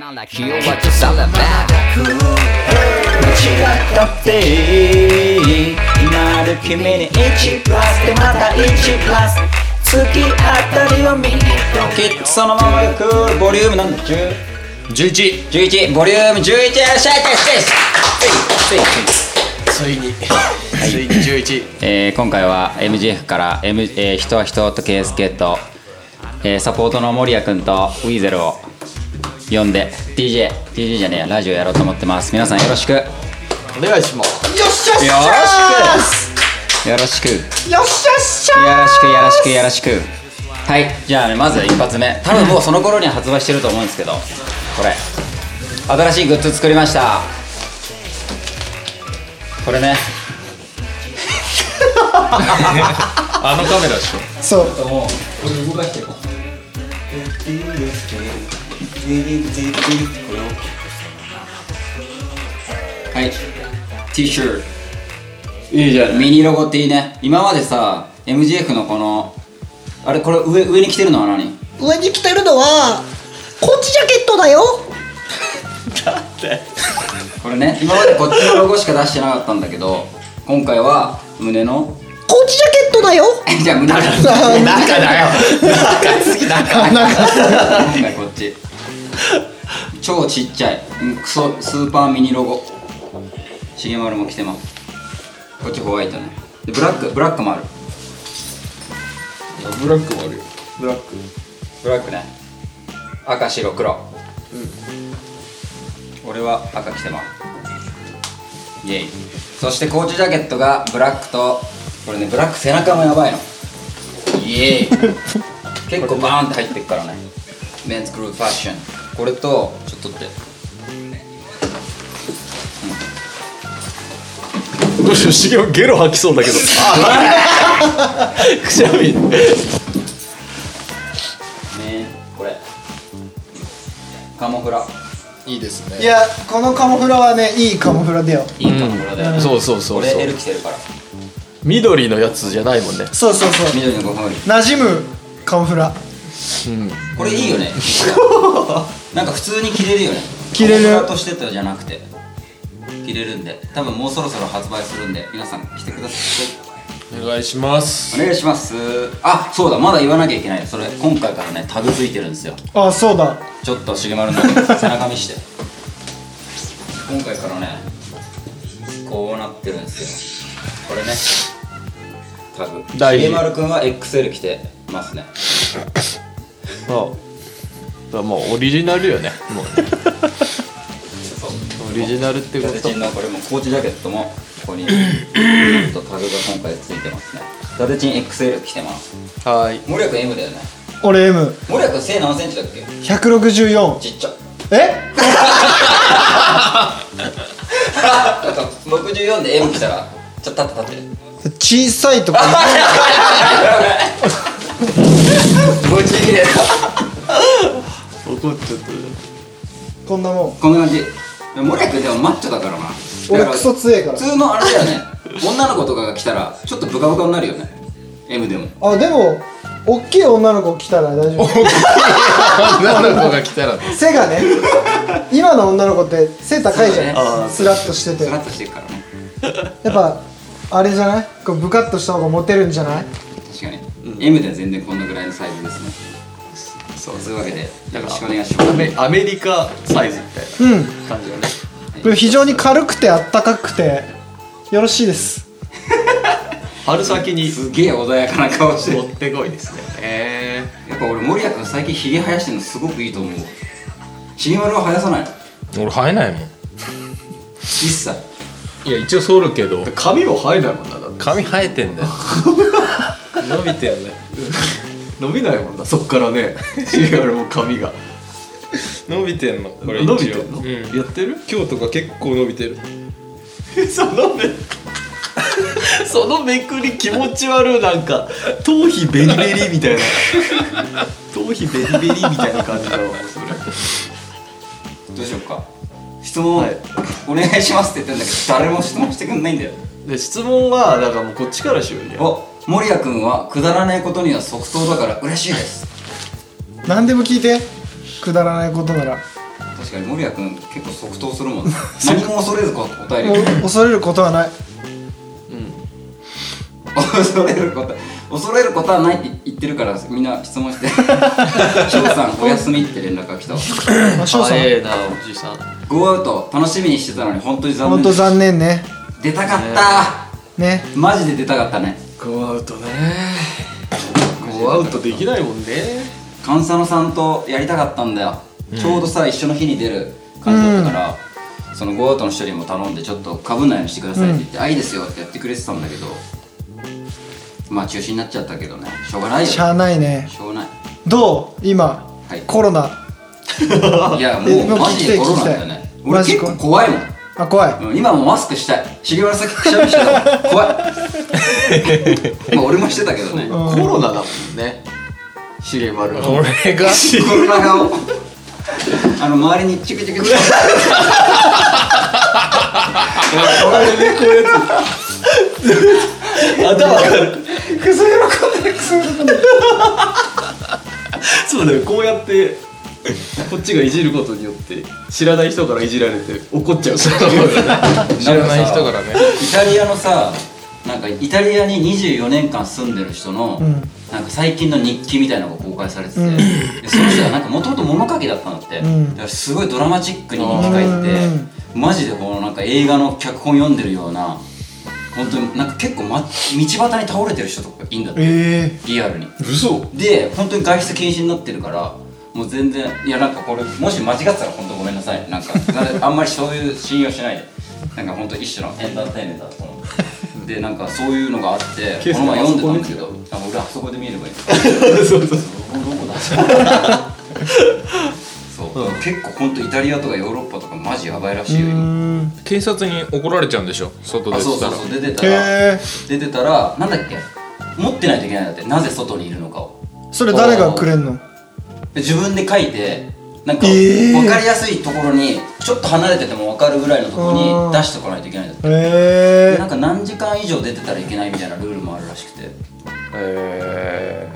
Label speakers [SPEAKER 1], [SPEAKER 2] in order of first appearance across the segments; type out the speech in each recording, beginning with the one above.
[SPEAKER 1] だなら気をはちさらば楽間違ったっていいなる君に1プラスでまた1プラス月あたりを見に行きそのまま行くボリュームなんだ10
[SPEAKER 2] 11
[SPEAKER 1] 11ボリューム11シャイテシャイテ
[SPEAKER 2] ついについに11
[SPEAKER 1] えー、今回は MGF から、M えー、人は人と圭介と、えー、サポートの守谷君とウィーゼルを呼んで DJ、DJ じゃねえやラジオやろうと思ってます皆さんよろしくよ
[SPEAKER 2] お願いします
[SPEAKER 1] ろしくよろしくよろしくよろしくよろしくはいじゃあねまず一発目多分もうその頃には発売してると思うんですけどこれ新しいグッズ作りましたこれね
[SPEAKER 3] あのカメラでしょ
[SPEAKER 4] そう
[SPEAKER 1] はい T シャツ
[SPEAKER 2] いいじゃん
[SPEAKER 1] ミニロゴっていいね今までさ MGF のこのあれこれ上上に着てるのは何
[SPEAKER 4] 上に着てるのはコーチジャケットだよ
[SPEAKER 1] これね今までこっちのロゴしか出してなかったんだけど今回は胸の
[SPEAKER 4] コーチジャケットだよ
[SPEAKER 1] じゃあ胸 の
[SPEAKER 2] 中だよ中すぎだか
[SPEAKER 1] 今回こっち超ちっちゃいうんクソスーパーミニロゴ重丸も着てますこっちホワイトねでブラックブラックもある
[SPEAKER 3] ブラックもあるよ
[SPEAKER 2] ブラック
[SPEAKER 1] ブラックね赤白黒、俺は赤着てますイエイそしてコーチジャケットがブラックとこれねブラック背中もやばいのイエ イ結構バーンって入ってくからねメンズクルーファッションこれとちょっと待って
[SPEAKER 3] どうしようしげもゲロ吐きそうだけど くしゃみ
[SPEAKER 1] ねこれカモフラ
[SPEAKER 2] いいです
[SPEAKER 4] い
[SPEAKER 2] ね
[SPEAKER 4] やこのカモフラはねいいカモフラだよ
[SPEAKER 1] いいカモフラだよ、ね
[SPEAKER 3] そうそうそう
[SPEAKER 1] 俺
[SPEAKER 3] そ
[SPEAKER 1] L
[SPEAKER 3] う
[SPEAKER 1] 着てるから
[SPEAKER 3] 緑のやつじゃないもんね
[SPEAKER 4] そうそうそう
[SPEAKER 1] 緑のご褒美
[SPEAKER 4] 馴染むカモフラ
[SPEAKER 1] これいいよ ねなんか普通に着れるよね
[SPEAKER 4] 着れる
[SPEAKER 1] コンプラとしてたじゃなくて着れるんで多分もうそろそろ発売するんで皆さん着てください
[SPEAKER 3] お願いします
[SPEAKER 1] お願いしますあそうだまだ言わなきゃいけないそれ今回からねタグついてるんですよ
[SPEAKER 4] あそうだ
[SPEAKER 1] ちょっと重丸の背中見して今回からねこうなってるんですよこれねタグ
[SPEAKER 3] 大事
[SPEAKER 1] 重丸くんは XL 着てますね
[SPEAKER 3] ああだからもうオリジナルよねもうねオリジナルってこ
[SPEAKER 1] ガゼ
[SPEAKER 3] と
[SPEAKER 1] チンのこれもコーチジャケットもここにちょっとタグが今回ついてますねガゼチン XL 着てます
[SPEAKER 3] はーい
[SPEAKER 1] 森谷君 M だよね
[SPEAKER 4] 俺
[SPEAKER 1] 森谷君背何センチだっけ
[SPEAKER 4] M164
[SPEAKER 1] ちっちゃ
[SPEAKER 4] え
[SPEAKER 1] なんか64で M 着たらちょっと立って立って
[SPEAKER 4] 小さいとか
[SPEAKER 1] ごちぎれ
[SPEAKER 3] 怒っちゃった
[SPEAKER 4] こんなもん
[SPEAKER 1] こんな感じ森谷君でもマッチョだからな
[SPEAKER 4] 俺
[SPEAKER 1] だから
[SPEAKER 4] クソ強えから
[SPEAKER 1] 普通のあれだよね女の子とかが着たらちょっとブカブカになるよね M でも
[SPEAKER 4] あでもおっきい女の子来たら大丈夫
[SPEAKER 2] 女の子が来たら
[SPEAKER 4] 背がね今の女の子って背高いじゃん、
[SPEAKER 1] そうだね
[SPEAKER 4] スラッとしてて
[SPEAKER 1] スラッとしてるからね
[SPEAKER 4] やっぱあれじゃないこうブカッとした方がモテるんじゃない
[SPEAKER 1] 確かに、M では全然こんなぐらいのサイズですねそうそういうわけでよろしくお願いしま
[SPEAKER 3] ア
[SPEAKER 1] す
[SPEAKER 3] メアメリカサイズみたい
[SPEAKER 4] うん
[SPEAKER 3] な感じよね
[SPEAKER 4] これ非常に軽くてあったかくてよろしいです
[SPEAKER 3] 春先に
[SPEAKER 1] すげえ穏やかな顔して
[SPEAKER 3] 持
[SPEAKER 1] る
[SPEAKER 3] ってこいですねえ
[SPEAKER 1] やっぱ俺森谷君最近ヒゲ生やしてるのすごくいいと思うちぎまるは生やさないの
[SPEAKER 5] 俺生えないもん
[SPEAKER 1] 一切
[SPEAKER 5] いや一応剃るけど
[SPEAKER 3] ー髪も生えないもんなだって
[SPEAKER 5] 髪生えて んだよ伸びてるね
[SPEAKER 3] 伸びないもんなそっからね CR も髪が
[SPEAKER 5] 伸びてんのこれ一応
[SPEAKER 3] 伸びてんの、
[SPEAKER 5] うん、
[SPEAKER 3] やってる
[SPEAKER 5] 今日とか結構伸びてる
[SPEAKER 3] そのめそのめ くり気持ち悪いなんか頭皮ベリベリみたいな頭皮ベリベリみたいな感じだわもうそれ
[SPEAKER 1] どうしようか質問、
[SPEAKER 3] はい
[SPEAKER 1] お願いしますって言ってんだけど誰も質問してくんないんだよ
[SPEAKER 3] で質問はだからもうこっちからしようよ
[SPEAKER 1] お森谷君はくだらないことには即答だから嬉しいです
[SPEAKER 4] 何でも聞いてくだらないことなら
[SPEAKER 1] 確かに守谷君結構即答するもんね何も恐れず答えるよ
[SPEAKER 4] お恐れること はない
[SPEAKER 1] 恐れること恐れることはないって言ってるからみんな質問して翔さんお休みって連絡が来たわ
[SPEAKER 4] あ翔さん
[SPEAKER 3] 早えなおじいさん
[SPEAKER 1] ゴーアウト楽しみにしてたのに本当に残
[SPEAKER 4] ほん
[SPEAKER 1] 念
[SPEAKER 4] と残念ね
[SPEAKER 1] 出たかった、
[SPEAKER 4] ね
[SPEAKER 1] マジで出たかったね
[SPEAKER 5] ゴーアウトねゴーアウトできないもんね
[SPEAKER 1] 菅佐野さんとやりたかったんだよ、ちょうどさ一緒の日に出る感じだったから、そのゴーアウトの人にも頼んでちょっとかぶんないようにしてくださいって言って「あいいですよ」ってやってくれてたんだけどまあ中止になっちゃったけどねしょうがないよ
[SPEAKER 4] し
[SPEAKER 1] し
[SPEAKER 4] ゃあないね
[SPEAKER 1] ょうがない
[SPEAKER 4] どう今、
[SPEAKER 1] はい
[SPEAKER 4] コロナ
[SPEAKER 1] いや
[SPEAKER 4] え
[SPEAKER 1] もうマジで
[SPEAKER 4] も
[SPEAKER 1] コ
[SPEAKER 4] う
[SPEAKER 1] ロ
[SPEAKER 4] 聞
[SPEAKER 1] ナ
[SPEAKER 4] きたい
[SPEAKER 1] だよね
[SPEAKER 4] 聞きたい
[SPEAKER 1] 俺
[SPEAKER 4] マジ
[SPEAKER 1] 結
[SPEAKER 4] か
[SPEAKER 1] 構怖いもん
[SPEAKER 4] あ怖い
[SPEAKER 1] うん今もマスクしたい茂原さっきくしゃみしてたもん怖いまあ俺もしてたけどね
[SPEAKER 3] コロナだもんね重丸の
[SPEAKER 5] 俺が
[SPEAKER 1] コロナ顔あの周りにチクチクチク
[SPEAKER 3] 頭が そうだよこうやってこっちがいじることによって知らない人からいじられて怒っちゃう
[SPEAKER 5] 知らない人からね
[SPEAKER 1] イタリアのさなんかイタリアに24年間住んでる人の、
[SPEAKER 4] ん
[SPEAKER 1] なんか最近の日記みたいなのが公開されてて、でその人はなんかもともと物書きだったんだって、
[SPEAKER 4] ん
[SPEAKER 1] だからすごいドラマチックに日記書いてて、マジでこのなんか映画の脚本読んでるような本当になんか結構、ま、道端に倒れてる人とかいいんだって、
[SPEAKER 4] え
[SPEAKER 1] リアルに
[SPEAKER 6] 嘘
[SPEAKER 1] で本当に外出禁止になってるからもう全然いやなんかこれもし間違ってたら本当ごめんなさいなん かあんまりそういう信用しないでなんか本当一種のエンターテインメントだと思うでなんかそういうのがあって
[SPEAKER 3] ケース
[SPEAKER 1] この前読んでたんだけどあ俺あそこで見ればいい
[SPEAKER 3] そうそう
[SPEAKER 1] どこだそう、結構本当イタリアとかヨーロッパとかマジやばいらしいよ
[SPEAKER 4] ーう
[SPEAKER 1] 今
[SPEAKER 4] ーん
[SPEAKER 5] 警察に怒られちゃうんでしょ外
[SPEAKER 1] あ
[SPEAKER 5] 出
[SPEAKER 1] そう
[SPEAKER 5] て
[SPEAKER 1] そう
[SPEAKER 5] たら
[SPEAKER 1] そう出てたら
[SPEAKER 4] へえ
[SPEAKER 1] 出てたらなんだっけ持ってないといけないんだってなぜ外にいるのかを
[SPEAKER 4] それ誰がくれんの
[SPEAKER 1] で自分で書いてなんか
[SPEAKER 4] えー
[SPEAKER 1] 分かりやすいところにちょっと離れてても分かるぐらいのところに出しておかないといけないんだって
[SPEAKER 4] へ
[SPEAKER 1] で
[SPEAKER 4] え
[SPEAKER 1] なんか何時間以上出てたらいけないみたいなルールもあるらしくて
[SPEAKER 5] え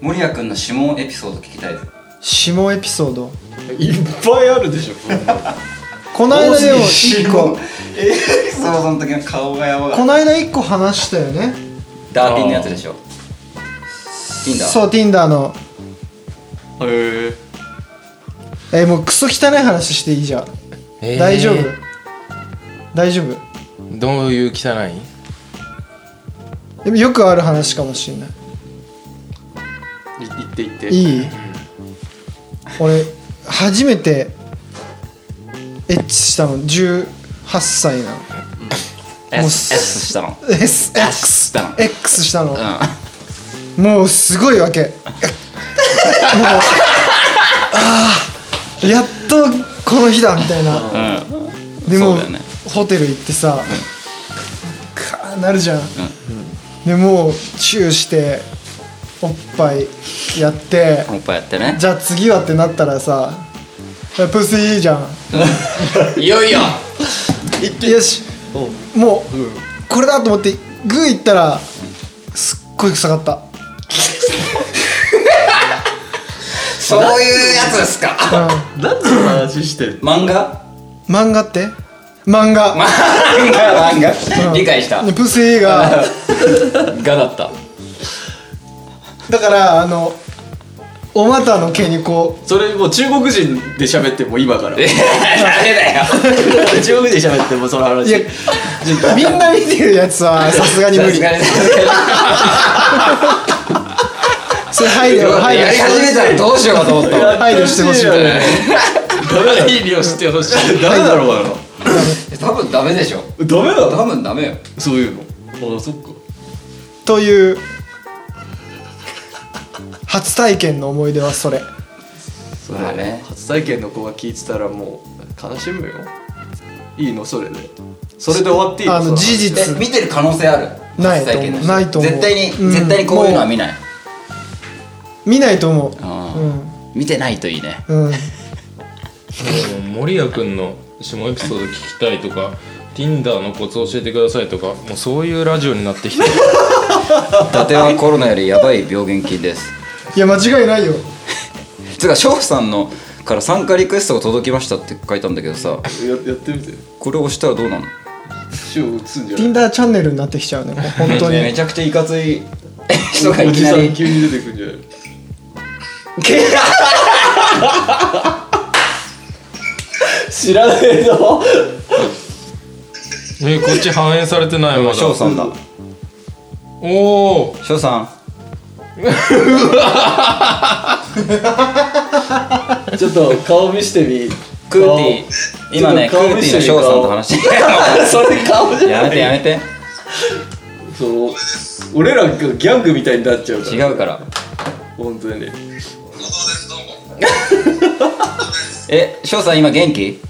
[SPEAKER 1] 森谷君の指紋エピソード聞きたいです
[SPEAKER 4] 下エピソード
[SPEAKER 3] いっぱいあるでしょ
[SPEAKER 4] こないだでも1個
[SPEAKER 1] エピソードの時の顔がやばか
[SPEAKER 4] こ
[SPEAKER 1] った
[SPEAKER 4] ないだ1個話したよね
[SPEAKER 1] ダーティンのやつでしょ Tinder
[SPEAKER 4] そう Tinder の
[SPEAKER 3] へえ
[SPEAKER 4] えーもうクソ汚い話していいじゃん、
[SPEAKER 5] えー
[SPEAKER 4] 大丈夫大丈夫
[SPEAKER 5] どういう汚い
[SPEAKER 4] でもよくある話かもしれない
[SPEAKER 3] 行って行って
[SPEAKER 4] いい俺初めてエッチしたの18歳なのもう
[SPEAKER 1] S, S したの
[SPEAKER 4] SX
[SPEAKER 1] したの
[SPEAKER 4] X したの
[SPEAKER 1] うん
[SPEAKER 4] もうすご いわけもうああやっとこの日だみたいな
[SPEAKER 1] うん
[SPEAKER 4] で
[SPEAKER 1] そ
[SPEAKER 4] も
[SPEAKER 1] うだよね
[SPEAKER 4] ホテル行ってさカーなるじゃん、でもうチューしておっぱいやって
[SPEAKER 1] おっぱいやってね
[SPEAKER 4] じゃあ次はってなったらさプスいいじゃん
[SPEAKER 5] いよいよ
[SPEAKER 4] よしもう、これだと思ってグーいったらすっごい臭かった
[SPEAKER 1] そういうやつですか
[SPEAKER 3] 何の話してる
[SPEAKER 1] 漫画
[SPEAKER 4] 漫画って漫画、
[SPEAKER 1] 漫画漫画理解した
[SPEAKER 4] でプスいいが
[SPEAKER 1] がだった
[SPEAKER 4] だからあのお股の毛にこ
[SPEAKER 3] それもう中国人で喋っても今から
[SPEAKER 1] えダメだよ
[SPEAKER 3] 中国人で喋ってもその
[SPEAKER 4] ういや
[SPEAKER 3] 話
[SPEAKER 4] みんな見てるや つはさすがに無理
[SPEAKER 1] さすがに
[SPEAKER 4] それ配慮配慮
[SPEAKER 1] やり始めたらどうしようかと思ったわ
[SPEAKER 4] 配慮してほしい
[SPEAKER 3] ダメだいい量してほしいダメだろう
[SPEAKER 1] 多分ダメでしょ
[SPEAKER 3] なダメだろ
[SPEAKER 1] 多分ダメよ
[SPEAKER 3] そういうのあそっか
[SPEAKER 4] という初体験の思い出はそれ
[SPEAKER 3] そう
[SPEAKER 1] だね
[SPEAKER 3] 初体験の子が聞いてたらもう悲しむよいいのそれでそれで終わっていい
[SPEAKER 4] あの
[SPEAKER 3] そ話
[SPEAKER 4] 事実
[SPEAKER 1] え見てる可能性ある
[SPEAKER 4] ないと
[SPEAKER 1] 初体
[SPEAKER 4] 思う
[SPEAKER 1] 験の人
[SPEAKER 4] ないと思う
[SPEAKER 1] 絶対に、
[SPEAKER 4] うん
[SPEAKER 1] 絶対にこういうのは見ない
[SPEAKER 4] 見ないと思
[SPEAKER 1] あ
[SPEAKER 4] うう
[SPEAKER 1] 見てないといいね
[SPEAKER 4] んう
[SPEAKER 5] も
[SPEAKER 4] ん
[SPEAKER 5] う森谷君の下エピソード聞きたいとか Tinder のコツ教えてくださいとかもうそういうラジオになってきて
[SPEAKER 1] 伊達はコロナよりやばい病原菌です
[SPEAKER 4] いや間違いないよ
[SPEAKER 1] つうか翔さんのから参加リクエストが届きましたって書いたんだけどさ
[SPEAKER 7] ややってみて
[SPEAKER 1] これ押したらどうなの
[SPEAKER 7] 塩打つんじゃない
[SPEAKER 4] Tinder チャンネルになってきち ゃうねもう本当
[SPEAKER 1] め
[SPEAKER 4] に
[SPEAKER 1] ちゃくちゃいかつい人が
[SPEAKER 7] お
[SPEAKER 1] いき
[SPEAKER 7] じ
[SPEAKER 1] な
[SPEAKER 7] さ
[SPEAKER 1] り
[SPEAKER 7] ん急に出てくんじゃない
[SPEAKER 3] 知らねえぞ
[SPEAKER 5] えこっち反映されてないま だ
[SPEAKER 1] 翔さんだ
[SPEAKER 5] おお
[SPEAKER 1] 翔さん
[SPEAKER 3] ちょっと顔見してみ
[SPEAKER 1] クーティー今ねク
[SPEAKER 3] ちょっ
[SPEAKER 1] ー
[SPEAKER 3] と顔見
[SPEAKER 1] ティ
[SPEAKER 3] し
[SPEAKER 1] ーの
[SPEAKER 3] てみ
[SPEAKER 1] 翔さんと話してる
[SPEAKER 3] それ顔 じゃ
[SPEAKER 1] や
[SPEAKER 3] ない
[SPEAKER 1] めてやめて
[SPEAKER 7] その
[SPEAKER 3] 俺らがギャングみたいになっちゃうから
[SPEAKER 1] 違うから
[SPEAKER 7] 本当に
[SPEAKER 1] え翔さん今元気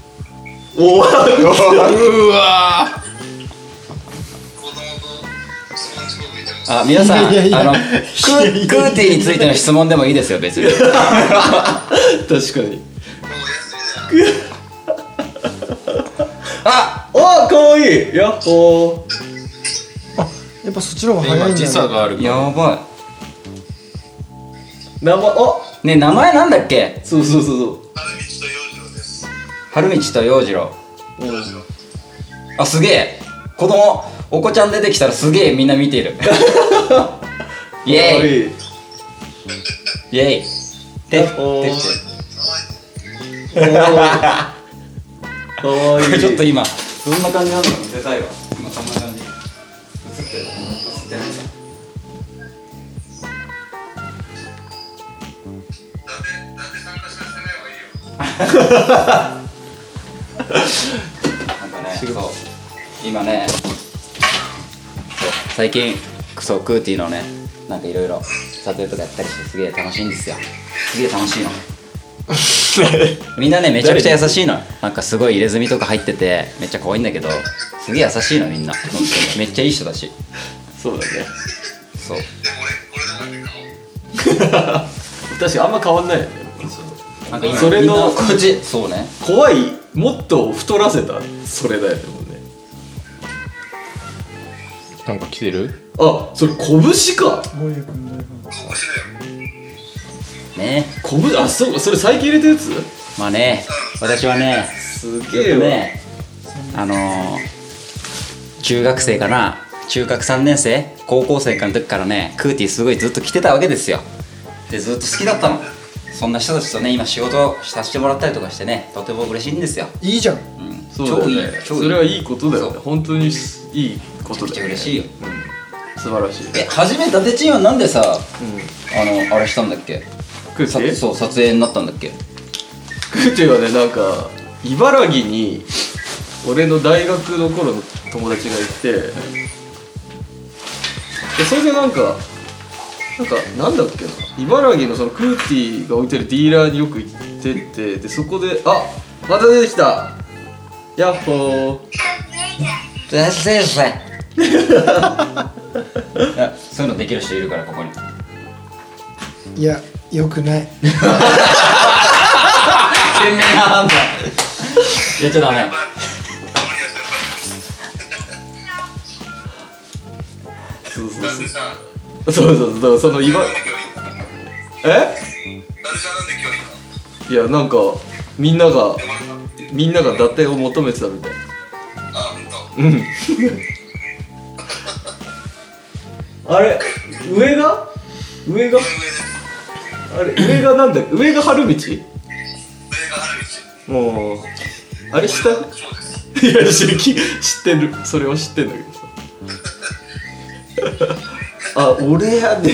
[SPEAKER 3] おお
[SPEAKER 7] うわ
[SPEAKER 1] あ皆さん
[SPEAKER 4] いやいや
[SPEAKER 1] あのクークーティーについての質問でもいいですよ別に
[SPEAKER 3] 確かに
[SPEAKER 1] あ
[SPEAKER 3] おおかわいいやっほー
[SPEAKER 4] やっぱそっちの方が早い
[SPEAKER 5] 今
[SPEAKER 4] んだ
[SPEAKER 5] 時差
[SPEAKER 4] よ
[SPEAKER 5] があるから
[SPEAKER 1] やば
[SPEAKER 3] 名前あ
[SPEAKER 1] いねえ名前なんだっけ
[SPEAKER 3] そうそうそうそう
[SPEAKER 1] 春道と陽次郎あすげえ子供お子ちゃん出てきたらすげえみんな見て るイ
[SPEAKER 3] か
[SPEAKER 1] エ
[SPEAKER 3] わ
[SPEAKER 1] ーイ
[SPEAKER 3] いい
[SPEAKER 1] イエーイ手手
[SPEAKER 3] やっほー
[SPEAKER 1] 手
[SPEAKER 3] かわいい
[SPEAKER 1] これちょっと今どんな感じなのなんかね、そう今ねそう最近クソクーティーのねなんかいろいろ撮影とかやったりしてすげえ楽しいんですよすげえ楽しいのみんなねめちゃくちゃ優しいのなんかすごい入れ墨とか入っててめっちゃ可愛いんだけどすげえ優しいのみんな本当にめっちゃいい人だし
[SPEAKER 3] そうだね
[SPEAKER 1] そう
[SPEAKER 3] 確かにあんま変わんないよね
[SPEAKER 1] なんか今
[SPEAKER 3] それ
[SPEAKER 1] みんな
[SPEAKER 3] の
[SPEAKER 1] こっちそうね
[SPEAKER 3] 怖いもっと太らせたそれだよねもうね
[SPEAKER 5] なんか来てる
[SPEAKER 3] あそれ拳か
[SPEAKER 4] どういう感じだよ
[SPEAKER 1] ね
[SPEAKER 3] 拳あそうそれ最近入れたやつ
[SPEAKER 1] まあね私はね
[SPEAKER 3] す
[SPEAKER 1] ちょっ
[SPEAKER 3] げえ
[SPEAKER 1] と
[SPEAKER 3] わ、
[SPEAKER 1] ねあのー、中学生かな中学3年生高校生かの時からねクーティーすごいずっと来てたわけですよでずっと好きだったのそんな人たちとね今仕事をさせてもらったりとかしてねとても嬉しいんですよ、
[SPEAKER 4] いいじゃん
[SPEAKER 1] うん、
[SPEAKER 3] そうだよね
[SPEAKER 1] 超いい超いい
[SPEAKER 3] それはいいことだよ
[SPEAKER 1] そ
[SPEAKER 3] ね
[SPEAKER 1] う
[SPEAKER 3] 本当にすいいこと
[SPEAKER 1] めっ
[SPEAKER 3] だ
[SPEAKER 1] ち
[SPEAKER 3] よ、
[SPEAKER 1] ゃ
[SPEAKER 3] ね、
[SPEAKER 1] 嬉しいよ
[SPEAKER 3] 素晴らしい
[SPEAKER 1] え初め伊達チンはなんでさ、あのあれしたんだっけ
[SPEAKER 3] クー
[SPEAKER 1] さ
[SPEAKER 3] ティ
[SPEAKER 1] そう撮影になったんだっけ
[SPEAKER 3] クーティはねなんか茨城に俺の大学の頃の友達がいてでそれでなんかなんかなんだっけな茨城のそのクーティが置いてるディーラーによく行っててでそこであまた出てきたヤッホー
[SPEAKER 1] 先生 いやそういうのできる人いるからここに
[SPEAKER 4] いやよくない
[SPEAKER 1] 鮮明な判断やっちゃダメ
[SPEAKER 3] そうそうそうそうそうそうその茨えいやなんかみんながみんなが伊達を求めてたみたいあれ上が上があれ上がなんだ上が春道もうあれ下いや知る知ってるそれは知ってんだけどさあ俺やで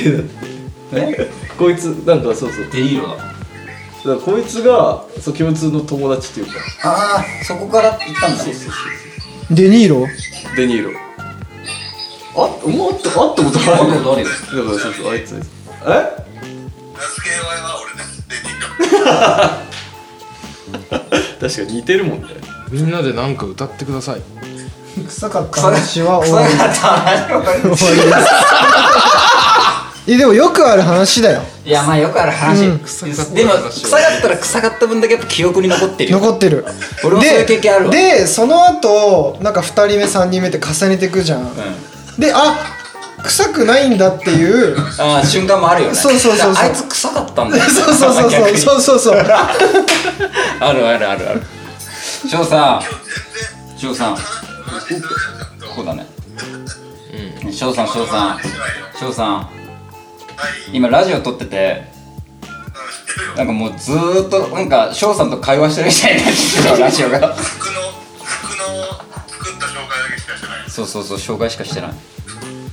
[SPEAKER 1] え
[SPEAKER 3] こいつなんかそうそう
[SPEAKER 1] デニーロだ
[SPEAKER 3] だからこいつがそう共通の友達っていうか
[SPEAKER 1] ああそこから行ったんだ
[SPEAKER 4] デニーロ
[SPEAKER 3] デニーロあもう会った会ったことある
[SPEAKER 1] 会ったことあるよ
[SPEAKER 3] だからそうそうあいつあいつえ 確かに似てるもんね
[SPEAKER 5] みんなでなんか歌ってください
[SPEAKER 4] 臭かった話は終わ
[SPEAKER 1] 臭かった話
[SPEAKER 4] りえでもよくある話だよ
[SPEAKER 1] いやまあよくある話、
[SPEAKER 4] うん
[SPEAKER 5] 臭かった
[SPEAKER 1] でも臭かったら臭かった分だけやっぱ記憶に残ってるよ
[SPEAKER 4] 残ってる
[SPEAKER 1] 俺もそういう経験あるわ
[SPEAKER 4] ででその後なんか2人目3人目って重ねてくじゃん、であ臭くないんだっ ていう
[SPEAKER 1] ああ瞬間もあるよね
[SPEAKER 4] そうそうそ
[SPEAKER 1] だ
[SPEAKER 4] うそう
[SPEAKER 1] からあいつ臭かったんだ よ
[SPEAKER 4] そうそうそ
[SPEAKER 1] 逆
[SPEAKER 4] うそう
[SPEAKER 1] に
[SPEAKER 4] そうそうそう
[SPEAKER 1] あるあるあるある翔さん翔さんこうだね翔さん翔さん翔さん今ラジオ撮っててなんかもうずーっとなんか翔さんと会話してるみたいになっ てるよラジオが
[SPEAKER 8] 服の服の作った紹介だけしかしてない
[SPEAKER 1] そうそうそう紹介しかしてない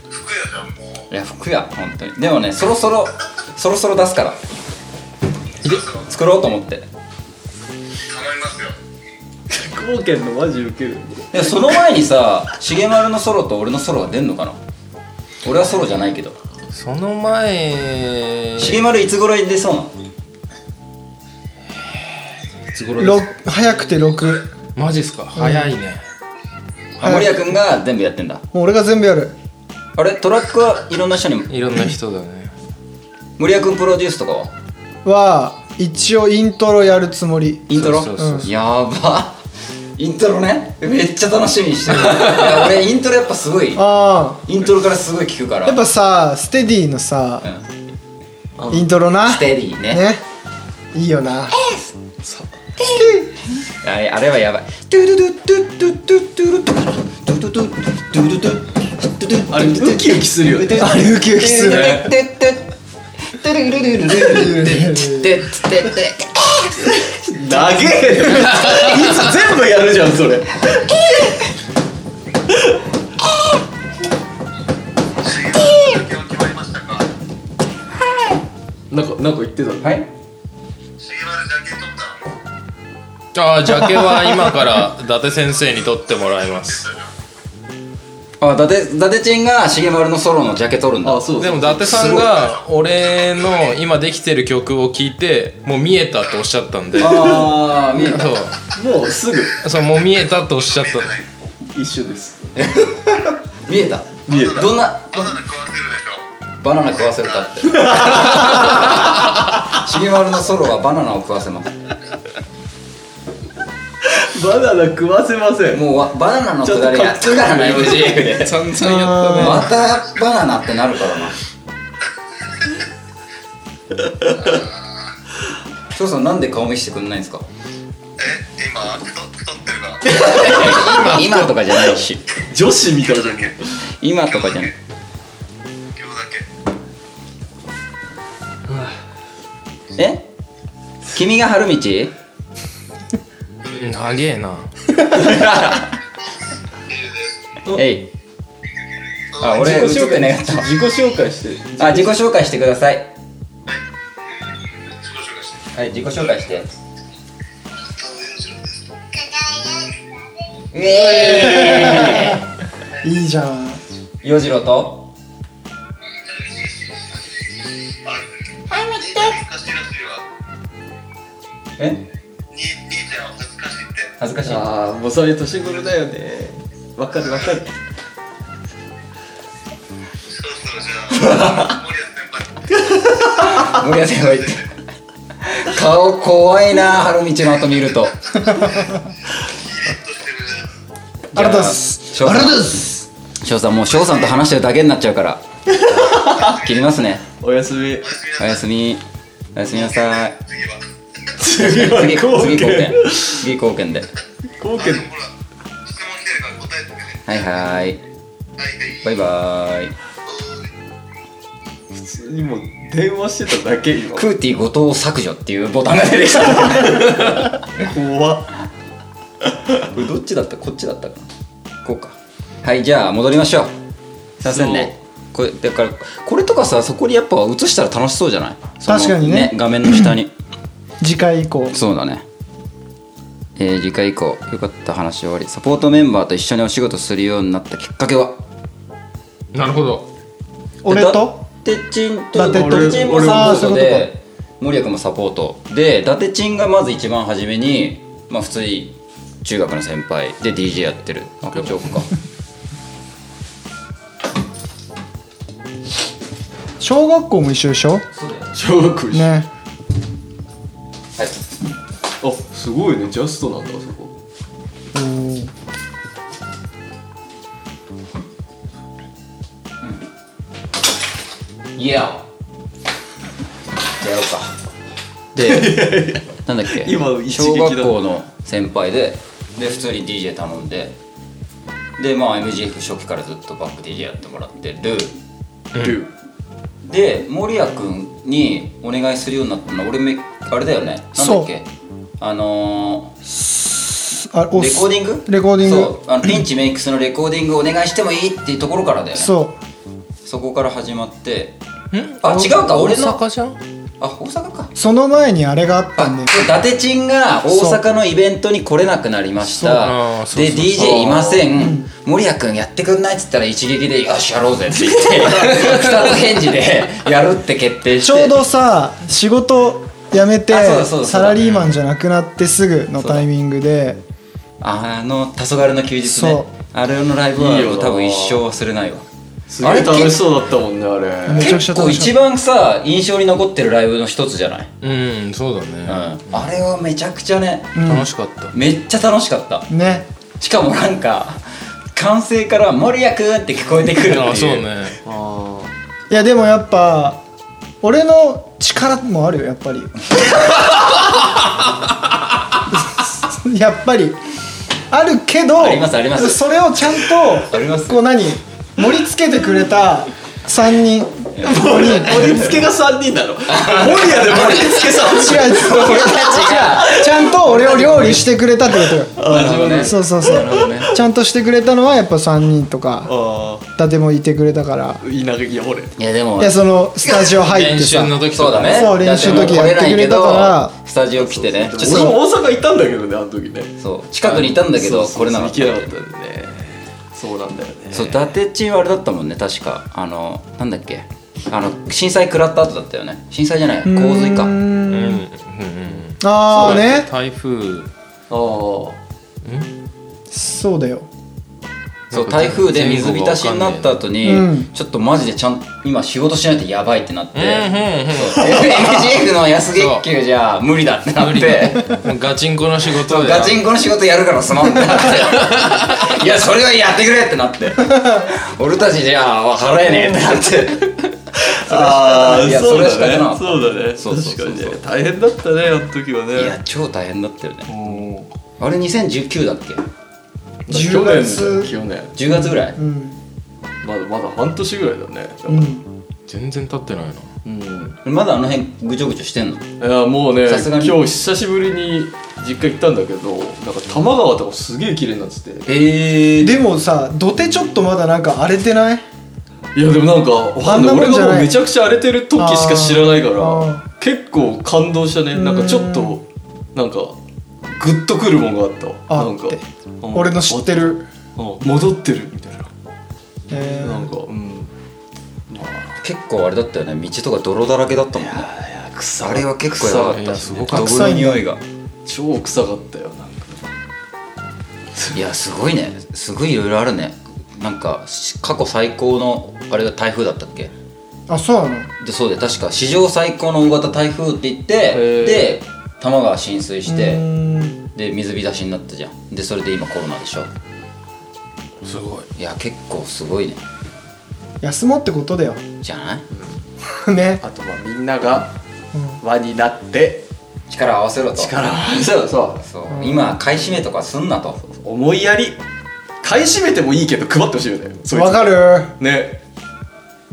[SPEAKER 8] 服屋じゃんもう
[SPEAKER 1] いや服や本当にでもねそろそろそろそろ出すからで作ろうと思って
[SPEAKER 8] 頼みますよ
[SPEAKER 3] 貢献のマジウケる
[SPEAKER 1] でもその前にさ重丸のソロと俺のソロが出んのかな俺はソロじゃないけど
[SPEAKER 5] その前
[SPEAKER 1] 重丸いつ頃に出そうなの
[SPEAKER 5] いつ頃です
[SPEAKER 4] ろ早くて6
[SPEAKER 5] マジっすか早いね
[SPEAKER 1] あ森谷君が全部やってんだ
[SPEAKER 4] もう俺が全部やる
[SPEAKER 1] あれトラックはいろんな人に
[SPEAKER 5] いろんな人だね
[SPEAKER 1] 森谷君プロデュースとかは
[SPEAKER 4] は一応イントロやるつもり
[SPEAKER 1] イントロ
[SPEAKER 5] そうそう
[SPEAKER 1] やばイントロねめっちゃ楽しみにしてるいや俺イントロやっぱすごい
[SPEAKER 4] あ
[SPEAKER 1] イントロからすごい聞くか
[SPEAKER 4] あ
[SPEAKER 1] ら
[SPEAKER 4] やっぱさステディのさ
[SPEAKER 1] うん
[SPEAKER 4] イントロな
[SPEAKER 1] ステディね
[SPEAKER 4] ねいいよな
[SPEAKER 1] あれあれはやばいドゥドゥドゥドゥドゥドゥドゥドゥドゥドゥドゥドゥドゥドゥドゥドゥドゥ
[SPEAKER 3] あれウキウキするよね
[SPEAKER 4] あれウキウキする
[SPEAKER 3] 長えよいつ全部やるじゃんそれ
[SPEAKER 8] 今日決まりましたか
[SPEAKER 3] なんかなんか言ってた
[SPEAKER 1] はい
[SPEAKER 8] シゲマルジャケ取ったの
[SPEAKER 5] ああジャケは今から伊達先生に撮ってもらいます
[SPEAKER 1] あ伊達伊達ちんが重丸のソロのジャケ撮るんだ
[SPEAKER 3] あそう
[SPEAKER 5] でも伊達さんが俺の今できてる曲を聴いてもう見えたとおっしゃったんでそ
[SPEAKER 1] あー見えた
[SPEAKER 5] う
[SPEAKER 3] もうすぐ
[SPEAKER 5] そうもう見えたとおっしゃった
[SPEAKER 3] 一緒です
[SPEAKER 1] 見えた
[SPEAKER 3] 見えた
[SPEAKER 1] どんな
[SPEAKER 8] バナナ食わせるでしょ
[SPEAKER 1] バナナ食わせるかって重丸のソロはバナナを食わせます
[SPEAKER 3] バナナ食わせません
[SPEAKER 1] もうわバナナのくだりやってからね MGF で
[SPEAKER 5] 散々やったね
[SPEAKER 1] またバナナってなるからな翔さんなんで顔見してくんないんですか
[SPEAKER 8] え今太太ってるな
[SPEAKER 1] 今とかじゃないし
[SPEAKER 3] 女子みたいじゃんも
[SPEAKER 1] 今とかじゃない
[SPEAKER 8] 今日だけ
[SPEAKER 1] え君が春道
[SPEAKER 5] 長えな
[SPEAKER 1] えいあ俺映ってなかった
[SPEAKER 3] 自己紹介して
[SPEAKER 1] あ自己紹介してください
[SPEAKER 8] 自己紹介して
[SPEAKER 1] はい自己紹介してええ
[SPEAKER 4] いいじゃん
[SPEAKER 1] ー、洋次郎と
[SPEAKER 8] はい待って恥ずかしいらしいわ
[SPEAKER 1] え
[SPEAKER 8] に兄ちゃんは恥ずかしいって
[SPEAKER 1] 恥ずかしい
[SPEAKER 3] ああもうそれ年頃だよねわかるわかる
[SPEAKER 8] そろそろじゃあ森保先輩
[SPEAKER 1] 森谷先輩言って顔怖いな春道の後見ると
[SPEAKER 4] ありがとうございます
[SPEAKER 1] じゃあ
[SPEAKER 4] ありがとうございます
[SPEAKER 1] 翔さんもう翔さんと話してるだけになっちゃうから切りますね
[SPEAKER 3] おやすみ
[SPEAKER 1] おやすみおやすみなさい
[SPEAKER 8] 次は
[SPEAKER 3] 次は
[SPEAKER 1] 次次貢献
[SPEAKER 3] 貢献
[SPEAKER 1] 次貢献で
[SPEAKER 8] ほ
[SPEAKER 3] 貢献
[SPEAKER 8] ら質問来てるから答えてね
[SPEAKER 1] はいはーい
[SPEAKER 8] はいはい
[SPEAKER 1] バイバーイ
[SPEAKER 3] 普通にもう電話してただけ今
[SPEAKER 1] クーティー後藤削除っていうボタンが出て きた
[SPEAKER 3] 怖っ
[SPEAKER 1] これどっちだったこっちだったかなこうかはいじゃあ戻りましょうすいませんねこれだからこれとかさそこにやっぱ映したら楽しそうじゃないその
[SPEAKER 4] 確かにね
[SPEAKER 1] 画面の下に
[SPEAKER 4] 次回以降
[SPEAKER 1] そうだね。えー次回以降、良かった話終わり。サポートメンバーと一緒にお仕事するようになったきっかけは
[SPEAKER 5] なるほど
[SPEAKER 4] 俺と
[SPEAKER 1] でだてっちんと、
[SPEAKER 4] だてっ
[SPEAKER 1] だ
[SPEAKER 4] と
[SPEAKER 1] てっちんも
[SPEAKER 4] 俺
[SPEAKER 1] サ
[SPEAKER 4] も
[SPEAKER 1] ポート
[SPEAKER 4] あーそういう
[SPEAKER 1] で、森谷君もサポート。で、だてちんがまず一番初めに、まあ普通に中学の先輩で DJ やってる。あ、こっち置 くか。
[SPEAKER 4] 小学校も一緒でしょ
[SPEAKER 3] 小学校一緒
[SPEAKER 4] ね
[SPEAKER 1] はい。
[SPEAKER 3] あすごいねジャストなんだあそこ
[SPEAKER 4] うん
[SPEAKER 1] いややろうか
[SPEAKER 3] で
[SPEAKER 1] なんだっけ
[SPEAKER 3] 今一撃だ
[SPEAKER 1] 小学校の先輩でで普通に DJ 頼んででまあ MGF 初期からずっとバック DJ やってもらってる
[SPEAKER 3] ル
[SPEAKER 1] で守谷君にお願いするようになったの俺めあれだよねなんだっけあのー
[SPEAKER 4] あレコ
[SPEAKER 1] レコーディング
[SPEAKER 4] レコーディング
[SPEAKER 1] そうあのピンチメイクスのレコーディングお願いしてもいいっていうところからだよね
[SPEAKER 4] そ
[SPEAKER 1] そこから始まって
[SPEAKER 5] ん
[SPEAKER 1] あ違うか俺の
[SPEAKER 5] 大阪じゃん
[SPEAKER 1] あ大阪か
[SPEAKER 4] うその前にあれがあったん
[SPEAKER 1] あ
[SPEAKER 4] で
[SPEAKER 1] 伊達ちんが大阪のイベントに来れなくなりまし
[SPEAKER 5] そうあ
[SPEAKER 1] た
[SPEAKER 5] ーそう
[SPEAKER 1] で
[SPEAKER 5] そう
[SPEAKER 1] DJ いません守谷君やってくんないっつったら一撃で「よしやろうぜ」って言って二つ返事で やるって決定し
[SPEAKER 4] ち
[SPEAKER 1] て
[SPEAKER 4] ょうどさ仕事辞めて
[SPEAKER 1] あそうだそうだそうだ
[SPEAKER 4] サラリーマンじゃなくなってすぐのタイミングで
[SPEAKER 1] あの黄昏の休日
[SPEAKER 4] そう
[SPEAKER 1] ねあれのライブはい
[SPEAKER 3] いよな
[SPEAKER 1] 多分一生忘れないわ
[SPEAKER 3] すげえ楽しそうだったもんねあれ
[SPEAKER 4] めちゃくち
[SPEAKER 1] 結
[SPEAKER 4] ゃ
[SPEAKER 1] 構
[SPEAKER 4] 楽しかった
[SPEAKER 1] 一番さ印象に残ってるライブの一つじゃない、
[SPEAKER 5] うんそうだ
[SPEAKER 1] うん、
[SPEAKER 5] ね、
[SPEAKER 1] あれはめちゃくちゃね
[SPEAKER 5] 楽しかった
[SPEAKER 1] めっちゃ楽しかった
[SPEAKER 4] ね
[SPEAKER 1] しかもなんか歓声から「守谷君!」って聞こえてくるっていう
[SPEAKER 5] あそうね
[SPEAKER 3] あ
[SPEAKER 4] いやでもやっぱ俺の力もあるよやっぱり やっぱりあるけど
[SPEAKER 1] ありますあります
[SPEAKER 4] それをちゃん
[SPEAKER 1] あります
[SPEAKER 4] とこう何盛り付けてくれた3人
[SPEAKER 3] 盛り付けが3人な の森屋で盛り付け3人
[SPEAKER 4] 違う違う違うちゃんと俺を料理してくれたってことよ
[SPEAKER 1] なるほどね
[SPEAKER 4] そうそうそうちゃんとしてくれたのはやっぱ3人とか
[SPEAKER 3] あ
[SPEAKER 4] 伊達もいてくれたから
[SPEAKER 3] あいながいや俺
[SPEAKER 1] いやでも
[SPEAKER 4] いやそのスタジオ入って
[SPEAKER 5] 練
[SPEAKER 4] さ
[SPEAKER 5] 習の時
[SPEAKER 1] そう
[SPEAKER 5] と
[SPEAKER 1] だ
[SPEAKER 5] か
[SPEAKER 1] ね
[SPEAKER 4] そう練習の時やってくれたから
[SPEAKER 1] スタジオ来てねちょっ
[SPEAKER 3] 俺
[SPEAKER 1] と
[SPEAKER 3] も大阪行ったんだけどねあの時ね
[SPEAKER 1] そう近くにいたんだけどこれなか
[SPEAKER 3] の
[SPEAKER 1] った
[SPEAKER 3] 行けなかったんでねそうなんだよね
[SPEAKER 1] そう伊達チームあれだったもんね確かあのなんだっけあの震災食らった後だったよね震災じゃない洪水か
[SPEAKER 5] うんうんうん
[SPEAKER 4] ああね
[SPEAKER 5] 台風
[SPEAKER 3] ああ
[SPEAKER 4] そうだよ
[SPEAKER 1] そう台風で水浸しになった後に、
[SPEAKER 4] うん
[SPEAKER 1] ちょっとマジでちゃん今仕事しないとやばいってなって、
[SPEAKER 5] う
[SPEAKER 1] MGF の安月給じゃ無理だってなって
[SPEAKER 5] んうんうんガチンコの仕事で
[SPEAKER 1] ガチンコの仕事やるからすまんってなっていやそれはやってくれってなって俺たちじゃあ払えねえってなって
[SPEAKER 3] あ
[SPEAKER 1] いや
[SPEAKER 3] あ
[SPEAKER 1] そ
[SPEAKER 3] そ
[SPEAKER 1] れ
[SPEAKER 3] れ
[SPEAKER 1] は仕方なかっ
[SPEAKER 3] は仕方なかったたそうだね
[SPEAKER 1] そうそうそう
[SPEAKER 3] 確かにね大変だったねあの時はいね
[SPEAKER 1] や超大変だったよね
[SPEAKER 3] もう
[SPEAKER 1] あれ2019だっけ
[SPEAKER 4] 10月
[SPEAKER 3] 去年だよ去
[SPEAKER 1] 10月ぐらい
[SPEAKER 4] うん
[SPEAKER 3] 年まだまだ半年ぐらいだね
[SPEAKER 4] うん
[SPEAKER 5] 全然立ってないな
[SPEAKER 3] うん
[SPEAKER 1] まだあの辺ぐちょぐちょしてんの
[SPEAKER 3] いやもうね
[SPEAKER 1] さすが
[SPEAKER 3] 今
[SPEAKER 1] に
[SPEAKER 3] 日久しぶりに実家行ったんだけどなんか多摩川とかすげえ綺麗になってて
[SPEAKER 1] え
[SPEAKER 4] でもさ土手ちょっとまだなんか荒れてない
[SPEAKER 3] いやでもなんかわかんない
[SPEAKER 4] あんなも
[SPEAKER 3] 俺
[SPEAKER 4] んじゃない
[SPEAKER 3] がもうめちゃくちゃ荒れてる時しか知らないか
[SPEAKER 4] あー
[SPEAKER 3] ら結構感動したねなんかちょっとなんかグッとくるものがあった
[SPEAKER 4] あ
[SPEAKER 3] なんか
[SPEAKER 4] って俺の知って
[SPEAKER 3] る
[SPEAKER 4] る
[SPEAKER 3] 戻ってるみたいな
[SPEAKER 4] えー
[SPEAKER 3] なんかうん
[SPEAKER 1] 結構あれだったよね道とか泥だらけだったもんね
[SPEAKER 3] 草
[SPEAKER 1] あれは結構やばかっ
[SPEAKER 5] い
[SPEAKER 1] た
[SPEAKER 5] や
[SPEAKER 1] し
[SPEAKER 5] す
[SPEAKER 1] ね
[SPEAKER 5] ごかっ
[SPEAKER 4] 臭
[SPEAKER 1] 泥の
[SPEAKER 4] いね
[SPEAKER 1] 匂いが
[SPEAKER 3] 超臭かったよなんか
[SPEAKER 1] いやすごいねすごいいろいろあるねなんかし過去最高のあれが台風だったっけ
[SPEAKER 4] あそうなの
[SPEAKER 1] でそうで確か史上最高の大型台風って言って
[SPEAKER 3] ー
[SPEAKER 1] で多摩川浸水し
[SPEAKER 4] う
[SPEAKER 1] て
[SPEAKER 4] ーん
[SPEAKER 1] で水浸しになったじゃんでそれで今コロナでしょ
[SPEAKER 5] すごい
[SPEAKER 1] いや結構すごいね
[SPEAKER 4] 休もうってことだよ
[SPEAKER 1] じゃない
[SPEAKER 4] ね
[SPEAKER 3] あとまあみんなが輪になって
[SPEAKER 1] 力合わせろと
[SPEAKER 3] 力を合わせろそう
[SPEAKER 1] そう今買い占めとかすんなと
[SPEAKER 3] 思いやり買い占めてもいいけど配ってほしいよねそいつ
[SPEAKER 4] わかる
[SPEAKER 3] ね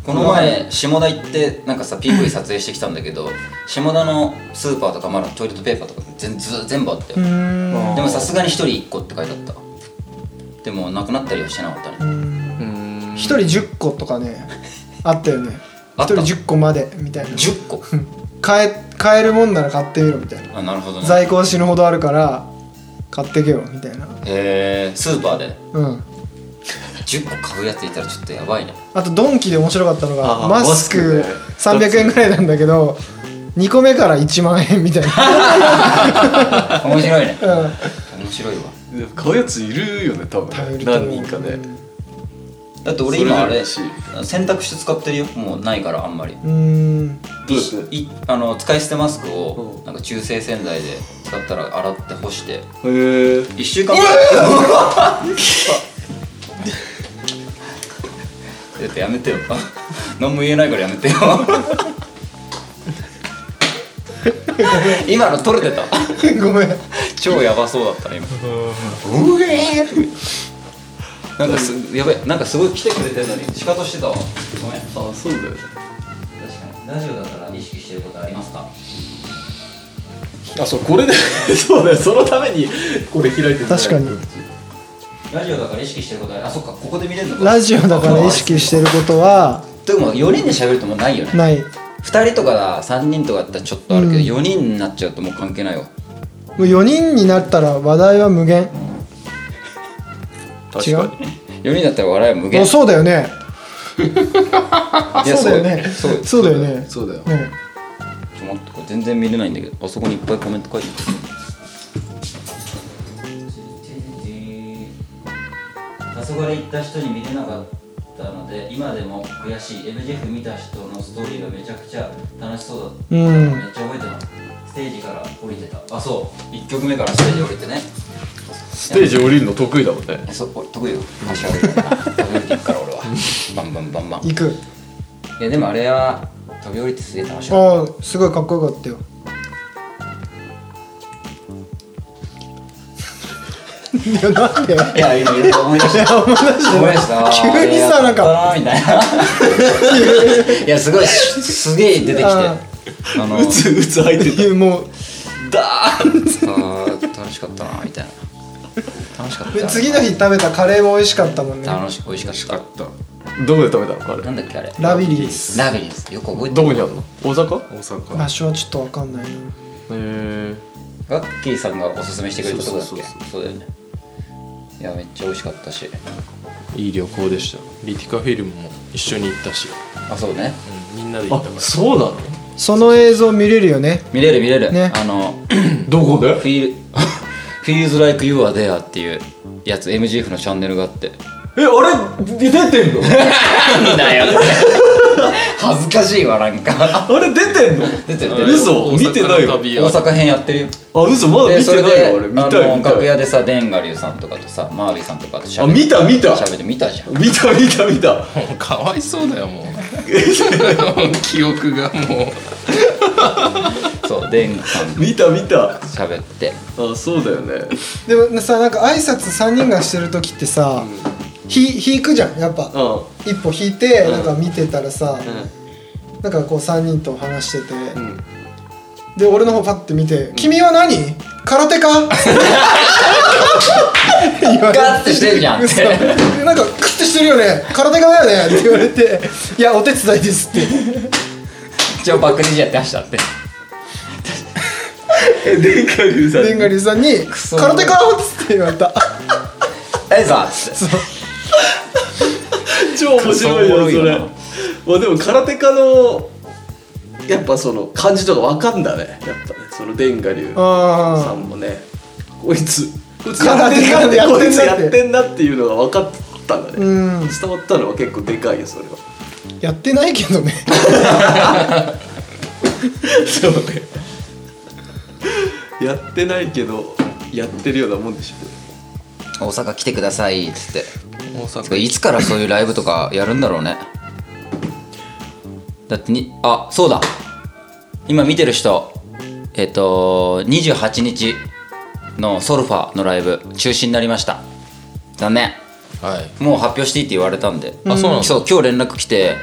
[SPEAKER 1] この前下田行ってなんかさ PV 撮影してきたんだけど下田のスーパーとかまだトイレットペーパーとか全ず全部あった
[SPEAKER 4] う
[SPEAKER 1] よ
[SPEAKER 4] ーん
[SPEAKER 1] でもさすがに1人1個って書いてあったでもなくなったりはしてなかったね
[SPEAKER 3] うん
[SPEAKER 4] 一人10個とかねあったよね
[SPEAKER 1] あ
[SPEAKER 4] 一
[SPEAKER 1] った
[SPEAKER 4] 人10個までみたいな
[SPEAKER 1] 10個
[SPEAKER 4] 買え買えるもんなら買ってみろみたいな
[SPEAKER 1] あなるほどね
[SPEAKER 4] 在庫は死ぬほどあるから買ってけよみたいな
[SPEAKER 1] えー、スーパーで
[SPEAKER 4] うん
[SPEAKER 1] 10個買うやついたらちょっとやばいね
[SPEAKER 4] あとドンキで面白かったの
[SPEAKER 3] あ
[SPEAKER 4] が
[SPEAKER 3] ー
[SPEAKER 4] マスク
[SPEAKER 3] マスクね
[SPEAKER 4] 300円ぐらいなんだけど2個目から1万円みたい
[SPEAKER 1] 面白いね
[SPEAKER 4] なうん
[SPEAKER 1] 面白いわ
[SPEAKER 3] でも買うやついるよね多
[SPEAKER 4] 食べる
[SPEAKER 3] 分
[SPEAKER 4] と思う
[SPEAKER 3] 何人かね
[SPEAKER 1] だって俺今あれ
[SPEAKER 3] それで
[SPEAKER 1] 洗濯して使ってるよもうないからあんまり
[SPEAKER 4] うーん
[SPEAKER 3] どうやって
[SPEAKER 1] いあの使い捨てマスクを
[SPEAKER 3] うん
[SPEAKER 1] なんか中性洗剤で使ったら洗って干して
[SPEAKER 3] へえ
[SPEAKER 1] 1週 間ぐらいちょっとやめてよ 何も言えないからやめてよ 今の取れてた
[SPEAKER 4] ごめん
[SPEAKER 1] 超やばそうだったね今うえーなんかすやべなんかすごい来てくれてるのに仕方してたわごめん
[SPEAKER 3] あそうだよね
[SPEAKER 1] 確かにラジオだから意識してることありますか
[SPEAKER 3] あそう これでそうだよそのためにこれ開いてる
[SPEAKER 4] 確かに
[SPEAKER 1] ラジオだから意識してることありあそっかここで見れるのか
[SPEAKER 4] ラジオだから意識してることは
[SPEAKER 1] でも4人で喋るともうないよね
[SPEAKER 4] ない
[SPEAKER 1] 2人とか3人とかだったらちょっとあるけど、4人になっちゃうともう関係ないわ
[SPEAKER 4] もう4人になったら話題は無限
[SPEAKER 3] 確
[SPEAKER 4] 違う
[SPEAKER 3] かに
[SPEAKER 1] 4人だったら笑いは無限
[SPEAKER 4] あそうだよね
[SPEAKER 1] いや
[SPEAKER 4] そうだよね
[SPEAKER 1] そうよ
[SPEAKER 4] そうだよね
[SPEAKER 3] そうだよ
[SPEAKER 4] ね
[SPEAKER 1] ちょっと待ってこれ全然見れないんだけどあそこにいっぱいコメント書いてる黄昏行った人に見れなかったので今でも悔しい MJF 見た人のストーリーがめちゃくちゃ楽しそうだった
[SPEAKER 4] うん
[SPEAKER 1] めっちゃ覚えてますステージから降りてたあそう1曲目からステージ降りてね
[SPEAKER 3] ステージ降りるの得意だもんね
[SPEAKER 1] えそう俺得意よ足上げて飛び降りていくから俺はバンバンバンバン
[SPEAKER 4] 行く
[SPEAKER 1] いやでもあれは飛び降りてすげえ楽しかっ
[SPEAKER 4] ああすごいかっこよかったよいやなんで
[SPEAKER 1] たいや今いろいろ思い出した
[SPEAKER 4] 思い出した
[SPEAKER 1] 思い出した
[SPEAKER 4] 急にさなんか
[SPEAKER 1] あれやったなみたいないやすごいすすげえ出てきて
[SPEAKER 4] あ
[SPEAKER 1] あの
[SPEAKER 3] うつうつ入って
[SPEAKER 4] いやもう
[SPEAKER 1] あー楽しかったなみたいな楽しかった
[SPEAKER 4] 次の日食べたカレーも美味しかったもんね
[SPEAKER 1] 楽し美味しかった
[SPEAKER 3] どこで食べたのかあれ
[SPEAKER 1] なんだっけあれ
[SPEAKER 4] ラビリンス
[SPEAKER 1] ラビリンスよく覚えて
[SPEAKER 3] ど
[SPEAKER 1] る
[SPEAKER 3] こにあるの大阪へ
[SPEAKER 5] 大阪
[SPEAKER 4] 場所はちょっとわかんないな
[SPEAKER 3] え
[SPEAKER 1] ガッキーさんがおすすめしてくれたとこだっ
[SPEAKER 3] そう
[SPEAKER 1] け
[SPEAKER 3] そう
[SPEAKER 1] そうだよねいやめっちゃ美味しかったし
[SPEAKER 5] いい旅行でしたリティカフィルムも一緒に行ったし、
[SPEAKER 1] あそうね
[SPEAKER 5] うん、みんなで行
[SPEAKER 3] あ
[SPEAKER 5] ったから
[SPEAKER 3] そうなの
[SPEAKER 4] その映像見れるよね
[SPEAKER 1] 見れる見れる、
[SPEAKER 4] ね
[SPEAKER 1] あ の
[SPEAKER 3] どこで
[SPEAKER 1] フィール Feels Like You Are There っていうやつ MGF のチャンネルがあって
[SPEAKER 3] えあれ出てんの
[SPEAKER 1] なんだ よ恥ずかしいわなんか
[SPEAKER 3] あれ出てんの
[SPEAKER 1] 出てる出てる
[SPEAKER 3] 嘘見てないよ
[SPEAKER 1] 大阪編やってるよ
[SPEAKER 3] あ嘘まだ
[SPEAKER 1] で
[SPEAKER 3] 見
[SPEAKER 1] そ
[SPEAKER 3] て
[SPEAKER 1] れ
[SPEAKER 3] ないよ
[SPEAKER 1] で
[SPEAKER 3] 俺見
[SPEAKER 1] あ
[SPEAKER 3] たい
[SPEAKER 1] の
[SPEAKER 3] 見た
[SPEAKER 1] 楽
[SPEAKER 3] い
[SPEAKER 1] 屋でさデンガリュウさんとかとさマービーさんとかとしゃ
[SPEAKER 3] あ
[SPEAKER 1] べ
[SPEAKER 3] 見た見た
[SPEAKER 1] って見たじゃん
[SPEAKER 3] 見た見た見た
[SPEAKER 5] もうかわいそうだよもう 記憶がも
[SPEAKER 1] そうデンさんと
[SPEAKER 3] 見た見た
[SPEAKER 1] しゃべって
[SPEAKER 3] あそうだよね
[SPEAKER 4] でもさなんか挨拶三人がしてる時ってさ、ひ引くじゃんやっぱ、
[SPEAKER 3] う
[SPEAKER 4] 一歩引いて、
[SPEAKER 3] うん
[SPEAKER 4] なんか見てたらさ、
[SPEAKER 3] んうん
[SPEAKER 4] なんかこう3人と話してて、
[SPEAKER 3] ん
[SPEAKER 4] で俺の方パッて見て「君は何空手か? 」言われ
[SPEAKER 1] ガッてしてるじゃんって
[SPEAKER 4] 嘘でなんかクッてしてるよね空手家だよねって言われて「いやお手伝いです」って
[SPEAKER 1] 一応バックディジやってましたって
[SPEAKER 3] えデンカリュウさん
[SPEAKER 4] レンガリュウさんに「
[SPEAKER 1] そ
[SPEAKER 4] 空手家!」っつって言われた
[SPEAKER 1] えさつって
[SPEAKER 3] 超面白い
[SPEAKER 1] ク
[SPEAKER 3] よ
[SPEAKER 1] ソお
[SPEAKER 3] そ
[SPEAKER 1] もろい
[SPEAKER 3] れ
[SPEAKER 1] よな
[SPEAKER 3] まあでも空手家のやっぱその感じとかわかんだねやっぱねそのデンガリュウさ
[SPEAKER 4] あ
[SPEAKER 3] んもねこいつこいつやっ
[SPEAKER 4] 空手
[SPEAKER 3] てん
[SPEAKER 4] 家
[SPEAKER 3] な
[SPEAKER 4] でやってんなって
[SPEAKER 3] こいつやってんなっていうのが分かったんだね
[SPEAKER 4] ーうん
[SPEAKER 3] 伝わったのは結構でかいよそれは
[SPEAKER 4] やってないけどね
[SPEAKER 3] そうね やってないけどやってるようなもんでしょ
[SPEAKER 1] 大阪来てくださいっつって
[SPEAKER 5] う大
[SPEAKER 1] てかいつからそういうライブとかやるんだろうねだってにあそうだ今見てる人えっ、と28日のソルファのライブ中止にななりました残念
[SPEAKER 5] はい
[SPEAKER 1] もう発表していいって言われたんで
[SPEAKER 5] あそうなんだ
[SPEAKER 1] そう今日連絡来て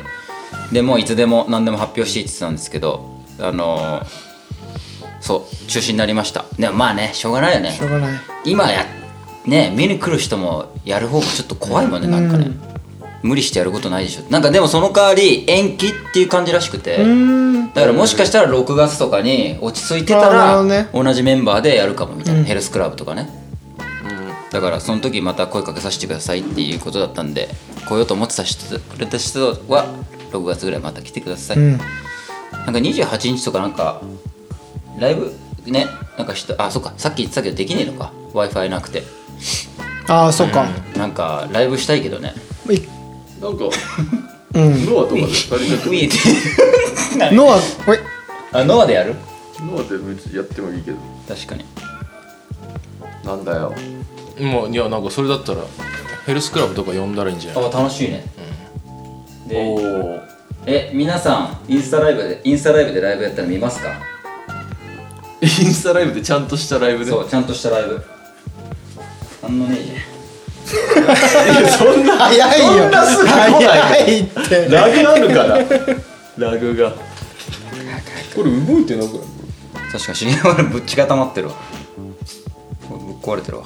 [SPEAKER 1] でもういつでも何でも発表していいって言ってたんですけどあのーそう中止になりましたでもまあねしょうがないよね
[SPEAKER 4] しょうがない
[SPEAKER 1] 今やね見に来る人もやる方がちょっと怖いもんねなんかね、無理してやることないでしょなんかでもその代わり延期っていう感じらしくてだからもしかしたら6月とかに落ち着いてた
[SPEAKER 4] あ
[SPEAKER 1] ら
[SPEAKER 4] ーなる
[SPEAKER 1] 同じメンバーでやるかもみたいな、ヘルスクラブとかね、だからその時また声かけさせてくださいっていうことだったんで来ようと思ってた人くれた人は6月ぐらいまた来てください、
[SPEAKER 4] うん
[SPEAKER 1] なんか28日とかなんかライブねなんか人あそっかさっき言ってたけどできねえのか w i f i なくて
[SPEAKER 4] ああそっか
[SPEAKER 1] なんかライブしたいけどね
[SPEAKER 4] い
[SPEAKER 3] なんか
[SPEAKER 4] うん
[SPEAKER 3] ノアとかで足りなく
[SPEAKER 1] 見えて
[SPEAKER 4] ノアおい
[SPEAKER 1] あノアでやる
[SPEAKER 3] ノアで別にやってもいいけど
[SPEAKER 1] 確かに
[SPEAKER 3] なんだよ
[SPEAKER 5] もういやなんかそれだったらヘルスクラブとか呼んだらいいんじゃない
[SPEAKER 1] あ楽しいね、
[SPEAKER 3] おお
[SPEAKER 1] え皆さんインスタライブでインスタライブでライブやったら見ますか
[SPEAKER 3] インスタライブでちゃんとしたライブで
[SPEAKER 1] そうちゃんとしたライブ反応ねえじゃん
[SPEAKER 4] 早いよ
[SPEAKER 3] すぐ来ない
[SPEAKER 4] 早いって
[SPEAKER 3] ラグあるから ラグが
[SPEAKER 5] これ動いてなくない
[SPEAKER 1] 確かに死にまぶっち固まってるわぶっ壊れてるわ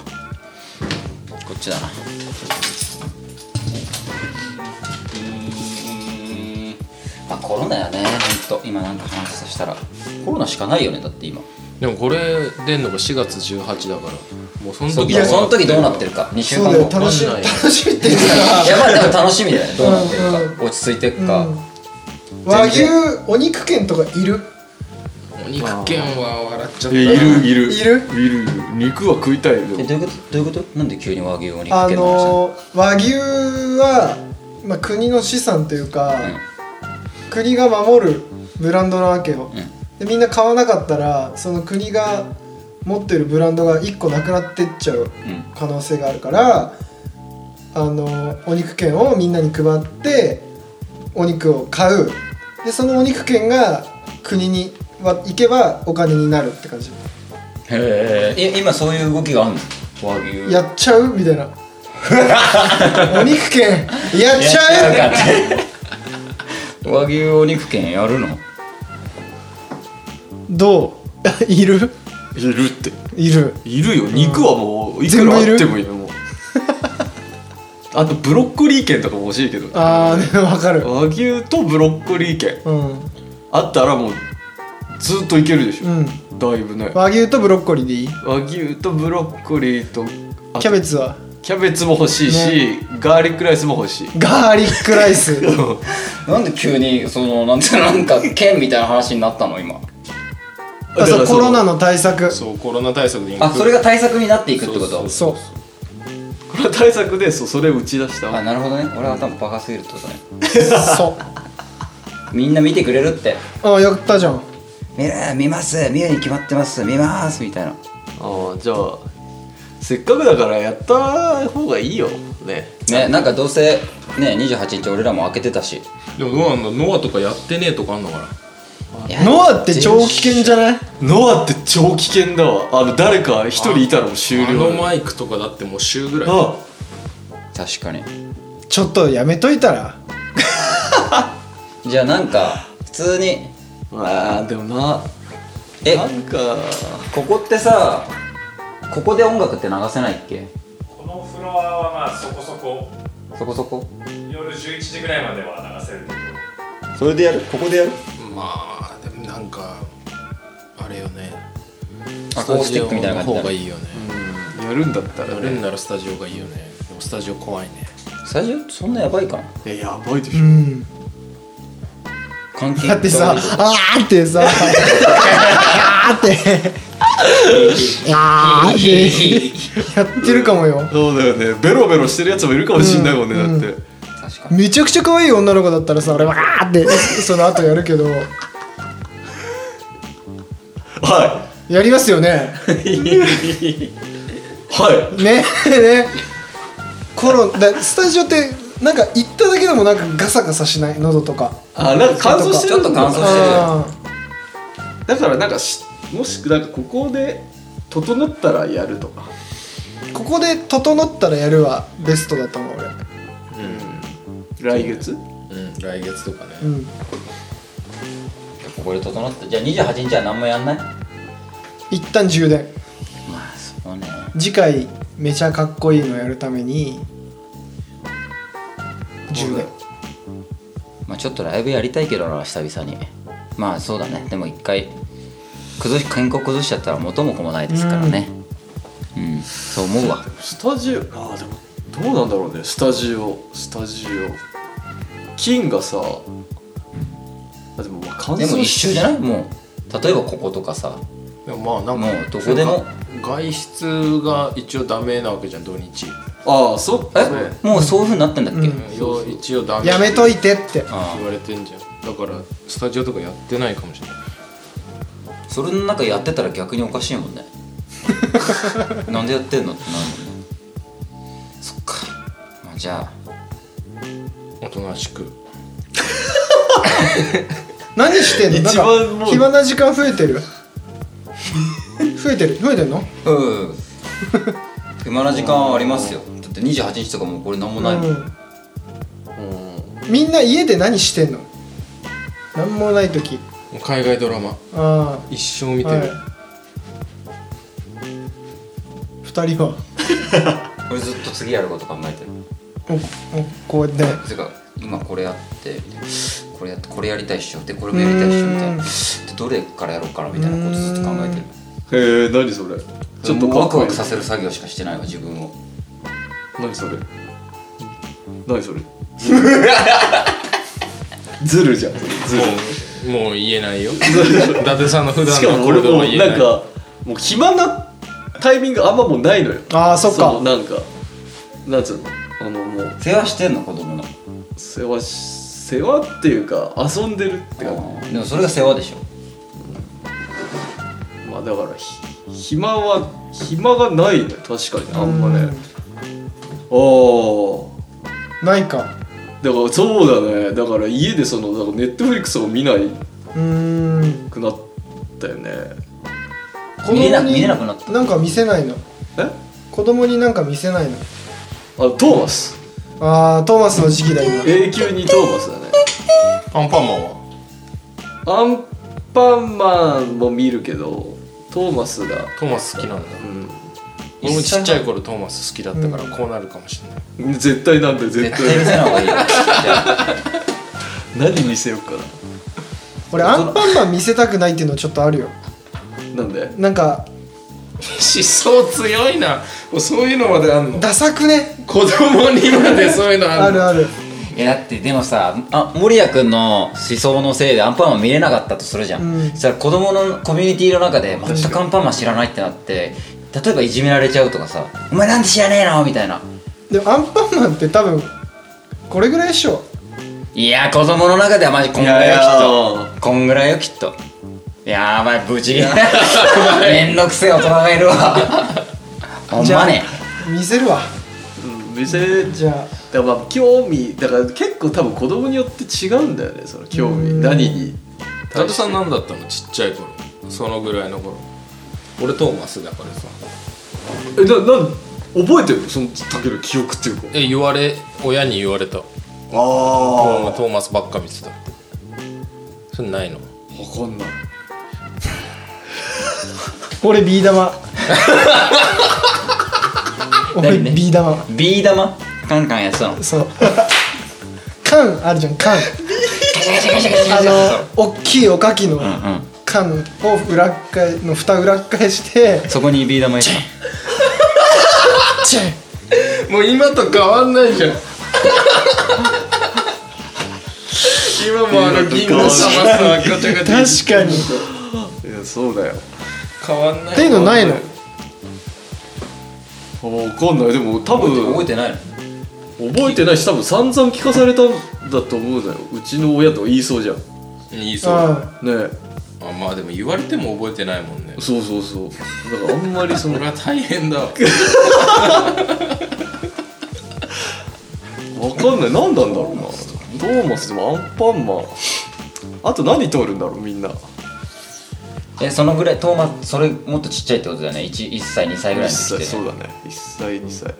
[SPEAKER 1] こっちだなまあコロナやねほんと今なんか話させたらコロナしかないよねだって今
[SPEAKER 5] でもこれ出んのが4月18だからもうその
[SPEAKER 1] そ
[SPEAKER 5] 時
[SPEAKER 1] いやその時どうなってるか2週
[SPEAKER 4] そう
[SPEAKER 1] 間
[SPEAKER 4] だよ
[SPEAKER 1] 後
[SPEAKER 4] 楽しみ
[SPEAKER 5] わかんない
[SPEAKER 4] 楽しみっていうか
[SPEAKER 1] いやまあでも楽しみだよねどうなって
[SPEAKER 4] う
[SPEAKER 1] るか落ち着いてくか、
[SPEAKER 4] うん和牛
[SPEAKER 1] 全
[SPEAKER 4] お肉券とかいる
[SPEAKER 5] お肉券は笑っちゃっ
[SPEAKER 3] い
[SPEAKER 5] た
[SPEAKER 3] やいるいる
[SPEAKER 4] いる
[SPEAKER 3] いる肉は食いたいよ
[SPEAKER 1] えどういうことどういうことなんで急に和牛を肉
[SPEAKER 4] あ
[SPEAKER 1] 系の話なの
[SPEAKER 4] のー和牛は、まあ、国の資産というか、国が守るブランドなわけよ、でみんな買わなかったらその国が持ってるブランドが1個なくなってっちゃう
[SPEAKER 1] うん
[SPEAKER 4] 可能性があるから、あのーお肉券をみんなに配ってお肉を買うでそのお肉券が国には行けばお金になるって感じ
[SPEAKER 1] へえ今そういう動きがあるの和牛
[SPEAKER 4] やっちゃうみたいな お肉券やっちゃ
[SPEAKER 1] やっ
[SPEAKER 4] う
[SPEAKER 1] ちゃうかって和牛お肉券やるの
[SPEAKER 4] どう いる
[SPEAKER 3] いるって
[SPEAKER 4] いる
[SPEAKER 3] いるよ肉はもういくらあってもいいよもう あとブロッコリー券とかも欲しいけど
[SPEAKER 4] ああでも分かる
[SPEAKER 3] 和牛とブロッコリー券
[SPEAKER 4] うん
[SPEAKER 3] あったらもうずっといけるでしょ、
[SPEAKER 4] うん
[SPEAKER 3] だいぶね
[SPEAKER 4] 和牛とブロッコリーでいい
[SPEAKER 3] 和牛とブロッコリーとあ
[SPEAKER 4] キャベツは
[SPEAKER 3] キャベツも欲しいし、ガーリックライスも欲しい
[SPEAKER 4] ガーリックライ ス
[SPEAKER 1] なんで急にそのなんてなんか券みたいな話になったの今
[SPEAKER 4] あ
[SPEAKER 3] だか
[SPEAKER 4] そ
[SPEAKER 3] ら
[SPEAKER 4] うコロナの対策そ
[SPEAKER 5] そうコロナ対策でインフル
[SPEAKER 1] あそれが対策になっていくってこと
[SPEAKER 5] そう
[SPEAKER 4] う
[SPEAKER 3] これは対策でそうそれ打ち出した
[SPEAKER 1] あ
[SPEAKER 3] わ
[SPEAKER 1] なるほどね俺は頭バカすぎるってことね
[SPEAKER 4] そ
[SPEAKER 1] みんな見てくれるって
[SPEAKER 4] うあやったじゃん
[SPEAKER 1] 見る見ます見るに決まってます見ますみたいな
[SPEAKER 3] ああじゃあせっかくだからやった方がいいよね
[SPEAKER 1] ねなんかどうせね28日俺らも開けてたし
[SPEAKER 5] でもどうなんだノアとかやってねえとかあんのかない
[SPEAKER 1] や
[SPEAKER 4] ノアって超危険じゃない
[SPEAKER 3] ノアって超危険だわあの誰か一人いたらもう終
[SPEAKER 5] あの
[SPEAKER 3] 了
[SPEAKER 5] マイクとかだってもう週ぐらい
[SPEAKER 3] あ
[SPEAKER 1] 確かに
[SPEAKER 4] ちょっとやめといたら
[SPEAKER 1] じゃあなんか普通に
[SPEAKER 3] ああでもな
[SPEAKER 1] え
[SPEAKER 3] なんか
[SPEAKER 1] ここってさここで音楽って流せないっけ
[SPEAKER 9] このフロアはまあそこそこ
[SPEAKER 1] そこそこ
[SPEAKER 9] 夜11時ぐらいまでは流せるけど
[SPEAKER 1] それでやるここでやる
[SPEAKER 5] まあでもなんかあれよね
[SPEAKER 1] アコースティックみたいな感じだ
[SPEAKER 5] スタジオの方がいいよね
[SPEAKER 3] やるんだったら
[SPEAKER 5] やるんならスタジオがいいよねでもスタジオ怖いね
[SPEAKER 1] スタジオそんなやばいかな
[SPEAKER 3] えやばいでしょ
[SPEAKER 4] うん
[SPEAKER 1] 関係
[SPEAKER 4] だってさあーってさあーってあーってやってるかもよ
[SPEAKER 3] そうだよねベロベロしてるやつもいるかもしんないもんね、
[SPEAKER 4] うん
[SPEAKER 3] だって
[SPEAKER 1] 確かに
[SPEAKER 4] めちゃくちゃ可愛い女の子だったらさ俺わーってその後やるけど
[SPEAKER 3] は
[SPEAKER 4] やりますよね
[SPEAKER 3] いは
[SPEAKER 4] ねねコロだスタジオってなんか行っただけでもなんかガサガサしない喉とか
[SPEAKER 3] いあなんか乾燥して
[SPEAKER 1] ち
[SPEAKER 3] る
[SPEAKER 1] ょっと乾燥してる
[SPEAKER 4] あ
[SPEAKER 3] だからなんかしもしくなんかここで整ったらやるとか
[SPEAKER 4] ーここで整ったらやるはベストだと思う俺
[SPEAKER 3] 来月
[SPEAKER 5] うん来月とかね
[SPEAKER 4] うん
[SPEAKER 1] ここで整ったじゃあ28日は何もやんないま
[SPEAKER 4] 一旦充電
[SPEAKER 1] あそうね
[SPEAKER 4] 次回めちゃかっこいいのやるために充電
[SPEAKER 1] まあちょっとライブやりたいけどな久々にまあそうだねでも一回崩し健康崩しちゃったら元も子もないですからねうん、そう思うわ
[SPEAKER 3] スタジオああでもどうなんだろうねスタジオスタジオ金がさあでもまあ乾
[SPEAKER 1] でも
[SPEAKER 3] 燥
[SPEAKER 1] 一
[SPEAKER 3] し
[SPEAKER 1] 周じゃないもう例えばこことかさ
[SPEAKER 5] でもまあなん
[SPEAKER 1] も
[SPEAKER 5] か
[SPEAKER 1] うどこでも
[SPEAKER 5] 外出が一応ダメなわけじゃん土日
[SPEAKER 3] ああそっ
[SPEAKER 1] え
[SPEAKER 3] かね
[SPEAKER 1] もうそういうふうになってんだっけ、
[SPEAKER 5] 一応ダメ
[SPEAKER 4] やめといてって
[SPEAKER 1] あ
[SPEAKER 5] 言われてんじゃんだからスタジオとかやってないかもしれない
[SPEAKER 1] あそれの中やってたら逆におかしい もんねなんでやってんのってなるもんねそっかまあじゃあ
[SPEAKER 5] おとなしく
[SPEAKER 4] 何してんの
[SPEAKER 3] 一番
[SPEAKER 4] なん
[SPEAKER 3] も
[SPEAKER 4] か
[SPEAKER 3] う
[SPEAKER 4] 暇な時間増えてる増えてる増えてんの
[SPEAKER 1] うん暇な時間はありますよだって28日とかもうこれ何もないもん、
[SPEAKER 4] うんみんな家で何してんの何もない時
[SPEAKER 5] もう海外ドラマ
[SPEAKER 4] あ
[SPEAKER 5] 一生見
[SPEAKER 4] あ
[SPEAKER 5] てる、
[SPEAKER 4] はい二人は
[SPEAKER 1] これずっと次やること考えてる
[SPEAKER 4] おおこうやって
[SPEAKER 1] てか今これやってこれやってこれやりたいっしょでこれもやりたいっしょみたいな
[SPEAKER 4] う
[SPEAKER 1] でどれからやろうかなみたいなことずっと考えてる
[SPEAKER 3] へえ何それち
[SPEAKER 1] ちょ
[SPEAKER 3] ょ
[SPEAKER 1] っ
[SPEAKER 3] っと
[SPEAKER 1] と
[SPEAKER 3] か
[SPEAKER 1] ワ
[SPEAKER 3] っ
[SPEAKER 1] ク
[SPEAKER 3] こい
[SPEAKER 1] ワ
[SPEAKER 3] い
[SPEAKER 1] クさせる作業しかしてないわ自分を
[SPEAKER 3] 何それ何それ ズルじゃんそれズル
[SPEAKER 5] もう言えない よ伊達さんの普
[SPEAKER 3] しか
[SPEAKER 5] 段の
[SPEAKER 3] も
[SPEAKER 5] これ
[SPEAKER 3] 俺
[SPEAKER 5] で
[SPEAKER 3] も
[SPEAKER 5] は
[SPEAKER 3] う
[SPEAKER 5] 言え
[SPEAKER 3] な
[SPEAKER 5] なんい
[SPEAKER 3] かもう暇なタイミングあんまもうないのよ
[SPEAKER 4] ああそっ
[SPEAKER 3] の
[SPEAKER 4] か
[SPEAKER 3] なんかなんつうのあのもう
[SPEAKER 1] 世話してんの子供の
[SPEAKER 3] 世話し世話っていうか遊んでるって感
[SPEAKER 1] でもそれが世話でしょ
[SPEAKER 3] じまあだからひ暇は暇がないね確かにあんまねああ
[SPEAKER 4] ないか
[SPEAKER 3] だからそうだねだから家でそのだからネットフリックスを見な
[SPEAKER 4] うーん
[SPEAKER 3] くなったよね
[SPEAKER 4] 子
[SPEAKER 1] 見えな
[SPEAKER 4] 供
[SPEAKER 1] 見
[SPEAKER 4] に
[SPEAKER 1] えなくな った
[SPEAKER 4] なんか見せないの
[SPEAKER 3] えあ
[SPEAKER 4] 子供になんか見せないの
[SPEAKER 3] トーマス
[SPEAKER 4] ああトーマスの時期だ今
[SPEAKER 3] 永久にトーマスだね
[SPEAKER 5] アンパンマンは
[SPEAKER 3] アンパンマンも見るけどトーマスが
[SPEAKER 5] トーマス好きなんだ
[SPEAKER 3] うん
[SPEAKER 5] 俺もちっちゃい頃トーマス好きだったからこうなるかもしれない、
[SPEAKER 3] 絶対なんだよ絶
[SPEAKER 1] 絶
[SPEAKER 3] 対
[SPEAKER 1] 対見せない方がいいよじゃあ
[SPEAKER 3] 何見せようか
[SPEAKER 4] 俺アンパンマン見せたくないっていうのちょっとあるよ
[SPEAKER 3] ななんで
[SPEAKER 4] なんか
[SPEAKER 5] 思想強いなもうそういうのまで あんの
[SPEAKER 4] ダサくね
[SPEAKER 5] 子供にまでそういうのあ
[SPEAKER 4] あ
[SPEAKER 5] んの
[SPEAKER 4] るある
[SPEAKER 1] いやだってでもさあ森谷君の思想のせいでアンパンマン見れなかったとするじゃん、
[SPEAKER 4] うん
[SPEAKER 1] そしたら子供のコミュニティの中で全くアンパンマン知らないってなって例えばいじめられちゃうとかさ「お前なんで知らねえの?」みたいな
[SPEAKER 4] でもアンパンマンって多分これぐらいでしょ
[SPEAKER 1] いや子供の中ではマジこんぐらいよきっ
[SPEAKER 3] いや
[SPEAKER 1] とこんぐらいよきっとやばい無事 めんどくせえ大人がいるわほん
[SPEAKER 4] じゃ
[SPEAKER 1] ま
[SPEAKER 4] あ
[SPEAKER 1] ね
[SPEAKER 4] 見せるわ
[SPEAKER 3] うん見せだか
[SPEAKER 4] じゃ
[SPEAKER 3] らまあ興味だから結構多分子供によって違うんだよねその興味
[SPEAKER 4] うん
[SPEAKER 3] 何に
[SPEAKER 5] 伊達さん何だったのちっちゃい頃そのぐらいの頃俺トーマスだからさ
[SPEAKER 3] えななん覚えてるそのたける記憶っていうか
[SPEAKER 5] え言われ親に言われた
[SPEAKER 3] あ
[SPEAKER 5] トーマスばっか見てたってそれないの
[SPEAKER 3] 分かんない
[SPEAKER 4] あ俺ビ ー玉俺
[SPEAKER 1] 何ね
[SPEAKER 4] ビー玉
[SPEAKER 1] ビー玉カンカンやってたの
[SPEAKER 4] そう缶あるじゃん缶あのおっきいおかきの
[SPEAKER 1] うんうん
[SPEAKER 4] 缶を裏っ返の蓋裏っ返して
[SPEAKER 1] そこにビー玉入れたの
[SPEAKER 4] チェン
[SPEAKER 5] もう今と変わんないじゃん今もあの銀の玉さガチャガチャ
[SPEAKER 4] 確かに
[SPEAKER 3] いやそうだよ
[SPEAKER 5] 変わんない
[SPEAKER 4] っていうのないの
[SPEAKER 3] 分かんないでも多分
[SPEAKER 1] 覚えてないの
[SPEAKER 3] 覚えてないし多分散々聞かされたんだと思うのようちの親とか言いそうじゃんね
[SPEAKER 5] いいそうあ
[SPEAKER 4] う
[SPEAKER 3] え
[SPEAKER 5] まあでも言われても覚えてないもんね
[SPEAKER 3] そうそうそうだからあんまりその
[SPEAKER 5] 俺は大変だわ
[SPEAKER 3] 分かんない何なんだろうなトーマスでもアンパンマンあと何通るんだろうみんな
[SPEAKER 1] えそのぐらいトーマそれもっとちっちゃいってことだよね 1, 1歳2歳ぐらい
[SPEAKER 3] 1
[SPEAKER 1] の時
[SPEAKER 3] 歳
[SPEAKER 1] って
[SPEAKER 3] そうだね1歳2歳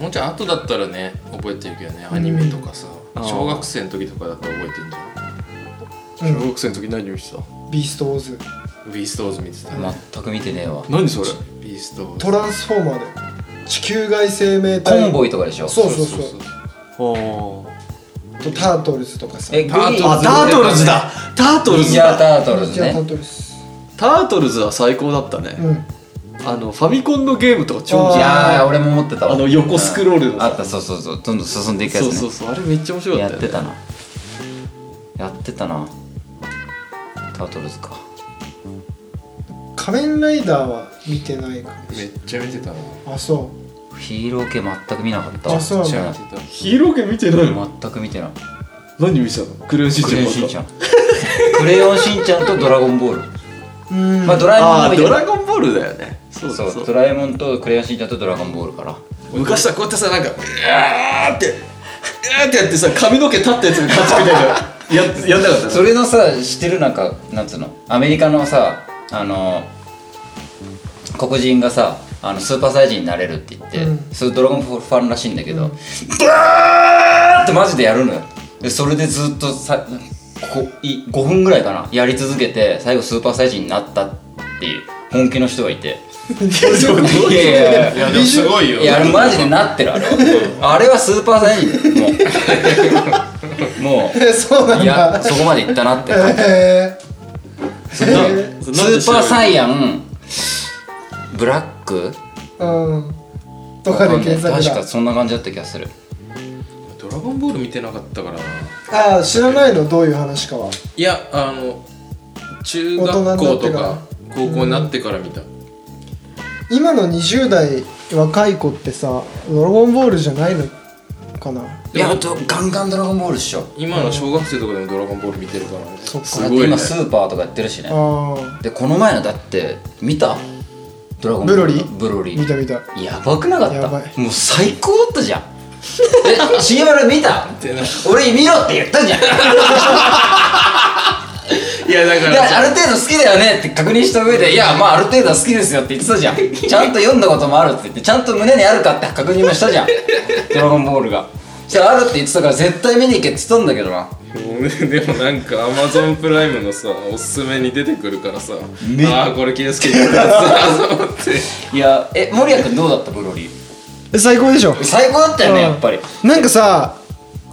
[SPEAKER 5] もうちょい後だったらね覚えてるけどねアニメとかさ
[SPEAKER 3] あー
[SPEAKER 5] 小学生の時とかだったら覚えてんじゃ
[SPEAKER 4] ん
[SPEAKER 3] 小学生の時何を見てた
[SPEAKER 4] んビーストウォーズ
[SPEAKER 5] んビーストーズ見てた
[SPEAKER 1] 全く見てねえわ
[SPEAKER 3] 何それ
[SPEAKER 5] ビーストーズ
[SPEAKER 4] トランスフォーマーだよ地球外生命
[SPEAKER 1] コ
[SPEAKER 4] 体
[SPEAKER 1] ンボイとかでしょ
[SPEAKER 4] そうそうそう
[SPEAKER 3] あ
[SPEAKER 4] とタートルズとかさ
[SPEAKER 1] えグリーン
[SPEAKER 3] あタートルズだタートルズ
[SPEAKER 1] ニンジャータ
[SPEAKER 3] だ
[SPEAKER 1] ートルズ
[SPEAKER 4] じゃあタ
[SPEAKER 1] ね
[SPEAKER 4] ートルズ
[SPEAKER 3] タートルズは最高だった
[SPEAKER 4] う
[SPEAKER 3] ね
[SPEAKER 4] ん
[SPEAKER 3] あのファミコンのゲームとか超
[SPEAKER 4] あ
[SPEAKER 3] 好
[SPEAKER 4] ー
[SPEAKER 3] き
[SPEAKER 1] いやー俺も持ってたわ
[SPEAKER 3] あの横スクロールの
[SPEAKER 1] うん
[SPEAKER 3] さ
[SPEAKER 1] あったそうそうそうどんどん進んでいくやつ
[SPEAKER 3] そ
[SPEAKER 1] ね
[SPEAKER 3] うそうそうあれめっちゃ面白か
[SPEAKER 1] や
[SPEAKER 3] った
[SPEAKER 1] っ
[SPEAKER 3] よ
[SPEAKER 1] て
[SPEAKER 3] ね
[SPEAKER 1] たなやってたなタートルズか
[SPEAKER 4] 仮面ライダーは見てないか
[SPEAKER 5] めっちゃ見てたな
[SPEAKER 4] もあそ
[SPEAKER 1] ヒーロー系全く見なかったわ
[SPEAKER 4] あそうなん
[SPEAKER 5] じ
[SPEAKER 4] だ
[SPEAKER 5] ゃあ見てた
[SPEAKER 3] ヒーロー系見てないの
[SPEAKER 1] 全く見てない
[SPEAKER 3] 何見てたのクレヨンしん
[SPEAKER 1] ク
[SPEAKER 3] ちゃ
[SPEAKER 1] レ
[SPEAKER 3] ん
[SPEAKER 1] ヨンしんちゃんクレヨンしんちゃんとドラゴンボール
[SPEAKER 4] ううん
[SPEAKER 1] まあドラえもん
[SPEAKER 3] あ
[SPEAKER 1] も
[SPEAKER 3] あ
[SPEAKER 1] 見て
[SPEAKER 3] ド
[SPEAKER 1] た
[SPEAKER 3] ラゴンボールだよねそうだ
[SPEAKER 1] そ
[SPEAKER 3] そう
[SPEAKER 1] うドラえもんとクレヨンしんちゃんとドラゴンボールから
[SPEAKER 3] 昔さこうやってさなんかうわーってうわーってやってさ髪の毛立ったやつが勝ちみたいなややんなかっ た
[SPEAKER 1] それのさ知ってるなんかなんつうのアメリカのさあの黒人がさあのスーパーサイジになれるって言って、
[SPEAKER 4] うん
[SPEAKER 1] そういうドラゴンファンらしいんだけど、バーってマジでやるのよでそれでずっとさここい5分ぐらいかなやり続けて最後スーパーサイジになったっていう本気の人がいていやいやいや
[SPEAKER 10] いやでもすごいよ
[SPEAKER 1] いやあれマジでなってるあれはあれはスーパーサイジもうも
[SPEAKER 4] えそうな
[SPEAKER 1] うんいや
[SPEAKER 4] だ
[SPEAKER 1] そこまでいったなって
[SPEAKER 4] え
[SPEAKER 3] そんなそん
[SPEAKER 1] ス
[SPEAKER 3] な
[SPEAKER 1] ーパーサ
[SPEAKER 3] イ
[SPEAKER 1] イヤンブラック
[SPEAKER 4] ー、うんとかで検索
[SPEAKER 1] 確
[SPEAKER 4] だ
[SPEAKER 1] かそんな感じだった気がする
[SPEAKER 5] ドラゴンボール見てなかったからな
[SPEAKER 4] ああ知らないのどういう話かはい
[SPEAKER 5] やあの中
[SPEAKER 4] 大人にな
[SPEAKER 5] 学
[SPEAKER 4] ってから
[SPEAKER 5] 校とか高校になってから見た、
[SPEAKER 4] 今の20代若い子ってさ「ドラゴンボール」じゃないのかない
[SPEAKER 1] やとガンガンドラゴンボールっしょ
[SPEAKER 5] 今の小学生とかでもドラゴンボール見てるからね
[SPEAKER 4] そっか
[SPEAKER 5] す
[SPEAKER 1] だって
[SPEAKER 5] ごいね
[SPEAKER 1] 今スーパーとかやってるしね
[SPEAKER 4] ああ
[SPEAKER 1] でこの前のだって見たドラゴンボール
[SPEAKER 4] ブロリー
[SPEAKER 1] ブロリ
[SPEAKER 4] 見た見た
[SPEAKER 1] ーやばくなか
[SPEAKER 4] や
[SPEAKER 1] っ
[SPEAKER 4] ばい
[SPEAKER 1] たもう最高だったじゃんえ CM 見た俺見ろって言ったじゃん
[SPEAKER 5] いやだか
[SPEAKER 1] い
[SPEAKER 5] ら
[SPEAKER 1] やある程度好きだよねって確認した上でいやまあある程度は好きですよって言ってたじゃんちゃんと読んだこともあるって言ってちゃんと胸にあるかって確認もしたじゃん「ドラゴンボールが」そしたらあるって言ってたから絶対見に行けって言ったんだけどな
[SPEAKER 5] もうねでもなんかアマゾンプライムのさおすすめに出てくるからさ、ああこれ圭介にやる やつだと思って
[SPEAKER 1] いやえ守谷君どうだったブロリー
[SPEAKER 4] 最高でしょ
[SPEAKER 1] 最高だったよね
[SPEAKER 4] うん
[SPEAKER 1] やっぱり
[SPEAKER 4] なんかさ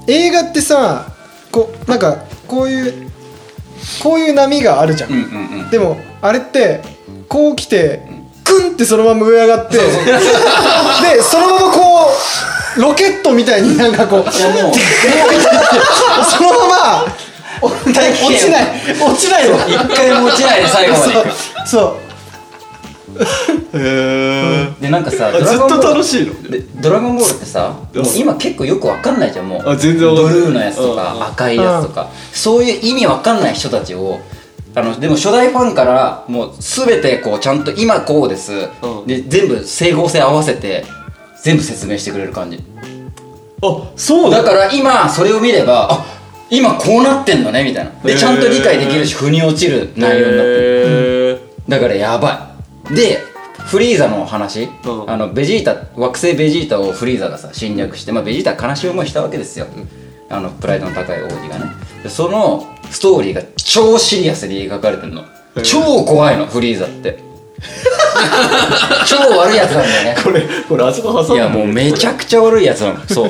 [SPEAKER 4] 映画ってさこうなんかこういうこういう波があるじゃん、
[SPEAKER 1] うんうんうん
[SPEAKER 4] でもあれってこう来てクンってそのまま上上がってでそのままこうロケットみたいになんかこう
[SPEAKER 1] いやもう
[SPEAKER 4] そのままお落ちない落ちないの
[SPEAKER 1] 一回も落ちないで最後まで行く
[SPEAKER 4] そう
[SPEAKER 1] でなんかさ
[SPEAKER 3] ずっと楽
[SPEAKER 1] い
[SPEAKER 3] しいの
[SPEAKER 1] でドラゴンボールってさもう今結構よくわかんないじゃんもう
[SPEAKER 3] あ全然わかん
[SPEAKER 1] ブ
[SPEAKER 3] ない
[SPEAKER 1] ルーのやつと
[SPEAKER 3] うんう
[SPEAKER 1] か赤いやつとかそういう意味わかんない人たちをあのでも初代ファンからもう全てこうちゃんと今こうです、
[SPEAKER 3] うん
[SPEAKER 1] で全部整合性合わせて全部説明してくれる感じ
[SPEAKER 3] あそう
[SPEAKER 1] だ
[SPEAKER 3] だ
[SPEAKER 1] から今それを見ればあ今こうなってんのねみたいなでちゃんと理解できるし腑に落ちる内容になってる
[SPEAKER 3] へ
[SPEAKER 1] だからやばいでフリーザの話、
[SPEAKER 3] うん
[SPEAKER 1] あのベジータ惑星ベジータをフリーザがさ侵略して、まあ、ベジータは悲しい思いしたわけですよ、あのプライドの高い王子がねでそのストーリーが超シリアスに描かれてるの超怖いのフリーザって 超悪いやつなんだよね
[SPEAKER 3] これこれあそこ挟
[SPEAKER 1] い
[SPEAKER 3] んで
[SPEAKER 1] やもうめちゃくちゃ悪いやつなのそう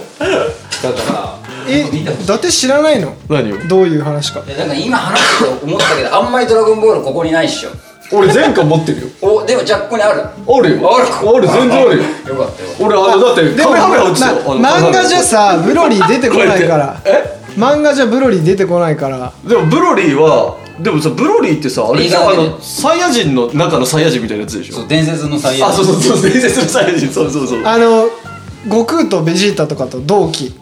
[SPEAKER 1] だから
[SPEAKER 4] え伊達知らないの
[SPEAKER 3] 何を
[SPEAKER 4] どういう話か
[SPEAKER 1] いやなんか今話してて思ったけどあんまり「ドラゴンボール」ここにないっしょ
[SPEAKER 3] 俺前回持ってるよ
[SPEAKER 1] おでもじゃあここにある
[SPEAKER 3] あるよ
[SPEAKER 1] ある
[SPEAKER 3] ある全然ある
[SPEAKER 1] よ
[SPEAKER 3] よ
[SPEAKER 1] かったよ
[SPEAKER 3] 俺あのだって
[SPEAKER 4] でも
[SPEAKER 3] カメ
[SPEAKER 4] な
[SPEAKER 3] ラ落ちたよあの
[SPEAKER 4] 漫画じゃさブロリー出てこないから漫画じゃブロリー出てこないから
[SPEAKER 3] でもブロリーはでもさブロリーってさあれでしょ
[SPEAKER 1] 映画
[SPEAKER 3] あ
[SPEAKER 1] でね
[SPEAKER 3] のサイヤ人の中のサイヤ人みたいなやつでしょ
[SPEAKER 1] そう伝説の最悪
[SPEAKER 3] あそうそうそう伝説のサイヤ人そうそうそうあ
[SPEAKER 4] あの悟空とベジータとかと同期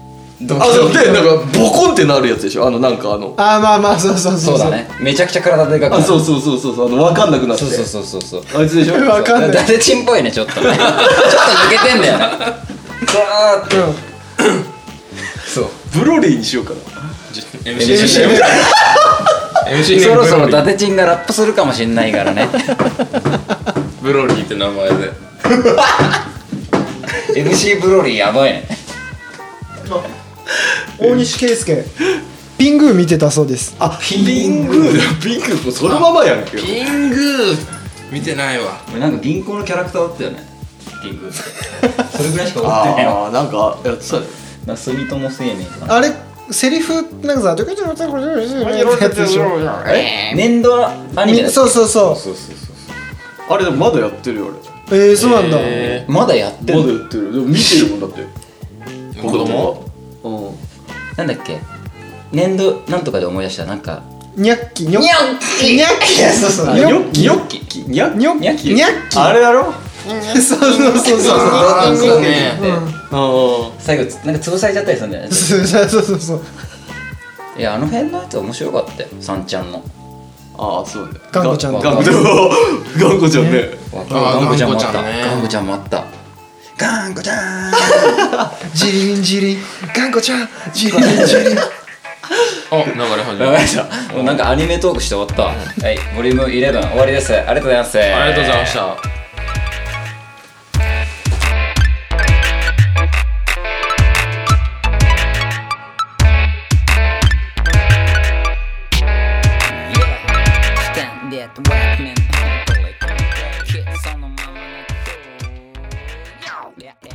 [SPEAKER 3] そうでなんかボコンってなるやつでしょあのなんかあの
[SPEAKER 4] ああまあまあそうそうそ
[SPEAKER 1] そううだねめちゃくちゃ体でかくな
[SPEAKER 3] あ
[SPEAKER 1] る
[SPEAKER 3] そうそうそうそうそうあの分かんなくなって
[SPEAKER 1] そうそうそうそうそう
[SPEAKER 3] あいつでしょ
[SPEAKER 4] わかん
[SPEAKER 1] だ
[SPEAKER 4] ない
[SPEAKER 1] てちんっぽいねちょっとねちょっと抜けてんだよねクワーって
[SPEAKER 4] うん
[SPEAKER 1] そう
[SPEAKER 3] ブロリーにしようかな
[SPEAKER 5] MC ネーム MC ネ
[SPEAKER 1] そ
[SPEAKER 5] ーム
[SPEAKER 1] ろ
[SPEAKER 5] ブ
[SPEAKER 1] そ
[SPEAKER 5] ロ
[SPEAKER 1] ろ
[SPEAKER 5] リ
[SPEAKER 1] 伊
[SPEAKER 5] ー
[SPEAKER 1] 達ちんがラップするかもしんないからね
[SPEAKER 5] ブロリーって名前で
[SPEAKER 1] MC ブロリーやばいね
[SPEAKER 4] 大西圭介ピングー見てたそうですあ
[SPEAKER 3] ピングーピングーそのままやんけよ
[SPEAKER 5] キングー見てないわ
[SPEAKER 1] 俺なんか銀行のキャラクターだったよねキングそれぐらいしか思ってないわ
[SPEAKER 3] ああなんかやってたね
[SPEAKER 1] な住友生命かな
[SPEAKER 4] あれセリフなんかさ「ちょこちょこちょこちょこちょこちょこ」ってやつでしょ
[SPEAKER 1] 年度アニメだっけ
[SPEAKER 4] そうそうそう
[SPEAKER 5] そうそうそう
[SPEAKER 3] あれでもまだやってるよ
[SPEAKER 4] ええそうなんだ
[SPEAKER 5] え
[SPEAKER 1] まだやっ
[SPEAKER 3] あ
[SPEAKER 1] て
[SPEAKER 3] れ
[SPEAKER 1] る
[SPEAKER 3] まだやってるでも見てるもんだって
[SPEAKER 5] ー、子供
[SPEAKER 3] うん
[SPEAKER 1] なんだっけ年度なんとかで思い出したなんか
[SPEAKER 4] ニャッキニョッキニャッキそうそう
[SPEAKER 3] あ
[SPEAKER 4] ニ
[SPEAKER 3] ニ
[SPEAKER 4] ョ
[SPEAKER 3] ョ
[SPEAKER 4] ッ
[SPEAKER 3] ッキニョッキニャッ
[SPEAKER 4] ニョ
[SPEAKER 1] ニャッ
[SPEAKER 4] ッ
[SPEAKER 1] キ
[SPEAKER 4] キニャッキ
[SPEAKER 3] あれだろ
[SPEAKER 4] そうそうそうそう
[SPEAKER 5] あそうね
[SPEAKER 3] う
[SPEAKER 1] 最後つなんか潰されちゃったりするんだよね
[SPEAKER 4] そうそうそうそう
[SPEAKER 1] いやあの辺のやつ面白かったよさんちゃんの
[SPEAKER 3] んああそうね
[SPEAKER 4] ガンコちゃん
[SPEAKER 3] ガンコちゃんガンコちゃんね
[SPEAKER 1] わかる
[SPEAKER 5] あ
[SPEAKER 1] ガンコちゃんもあっ
[SPEAKER 5] ガ
[SPEAKER 1] た
[SPEAKER 5] ンコち
[SPEAKER 1] ガンコちゃ
[SPEAKER 5] ゃんね
[SPEAKER 1] んもあったガンコちゃん
[SPEAKER 4] ジリンジリンガンコちゃんジリンジリン
[SPEAKER 5] あ流れ始
[SPEAKER 11] わか
[SPEAKER 5] め
[SPEAKER 11] り
[SPEAKER 5] た
[SPEAKER 11] ましたもうなんかアニメトークして終わったはいボリューム11終わりですありがとうございます
[SPEAKER 5] ありがとうございました
[SPEAKER 1] Stand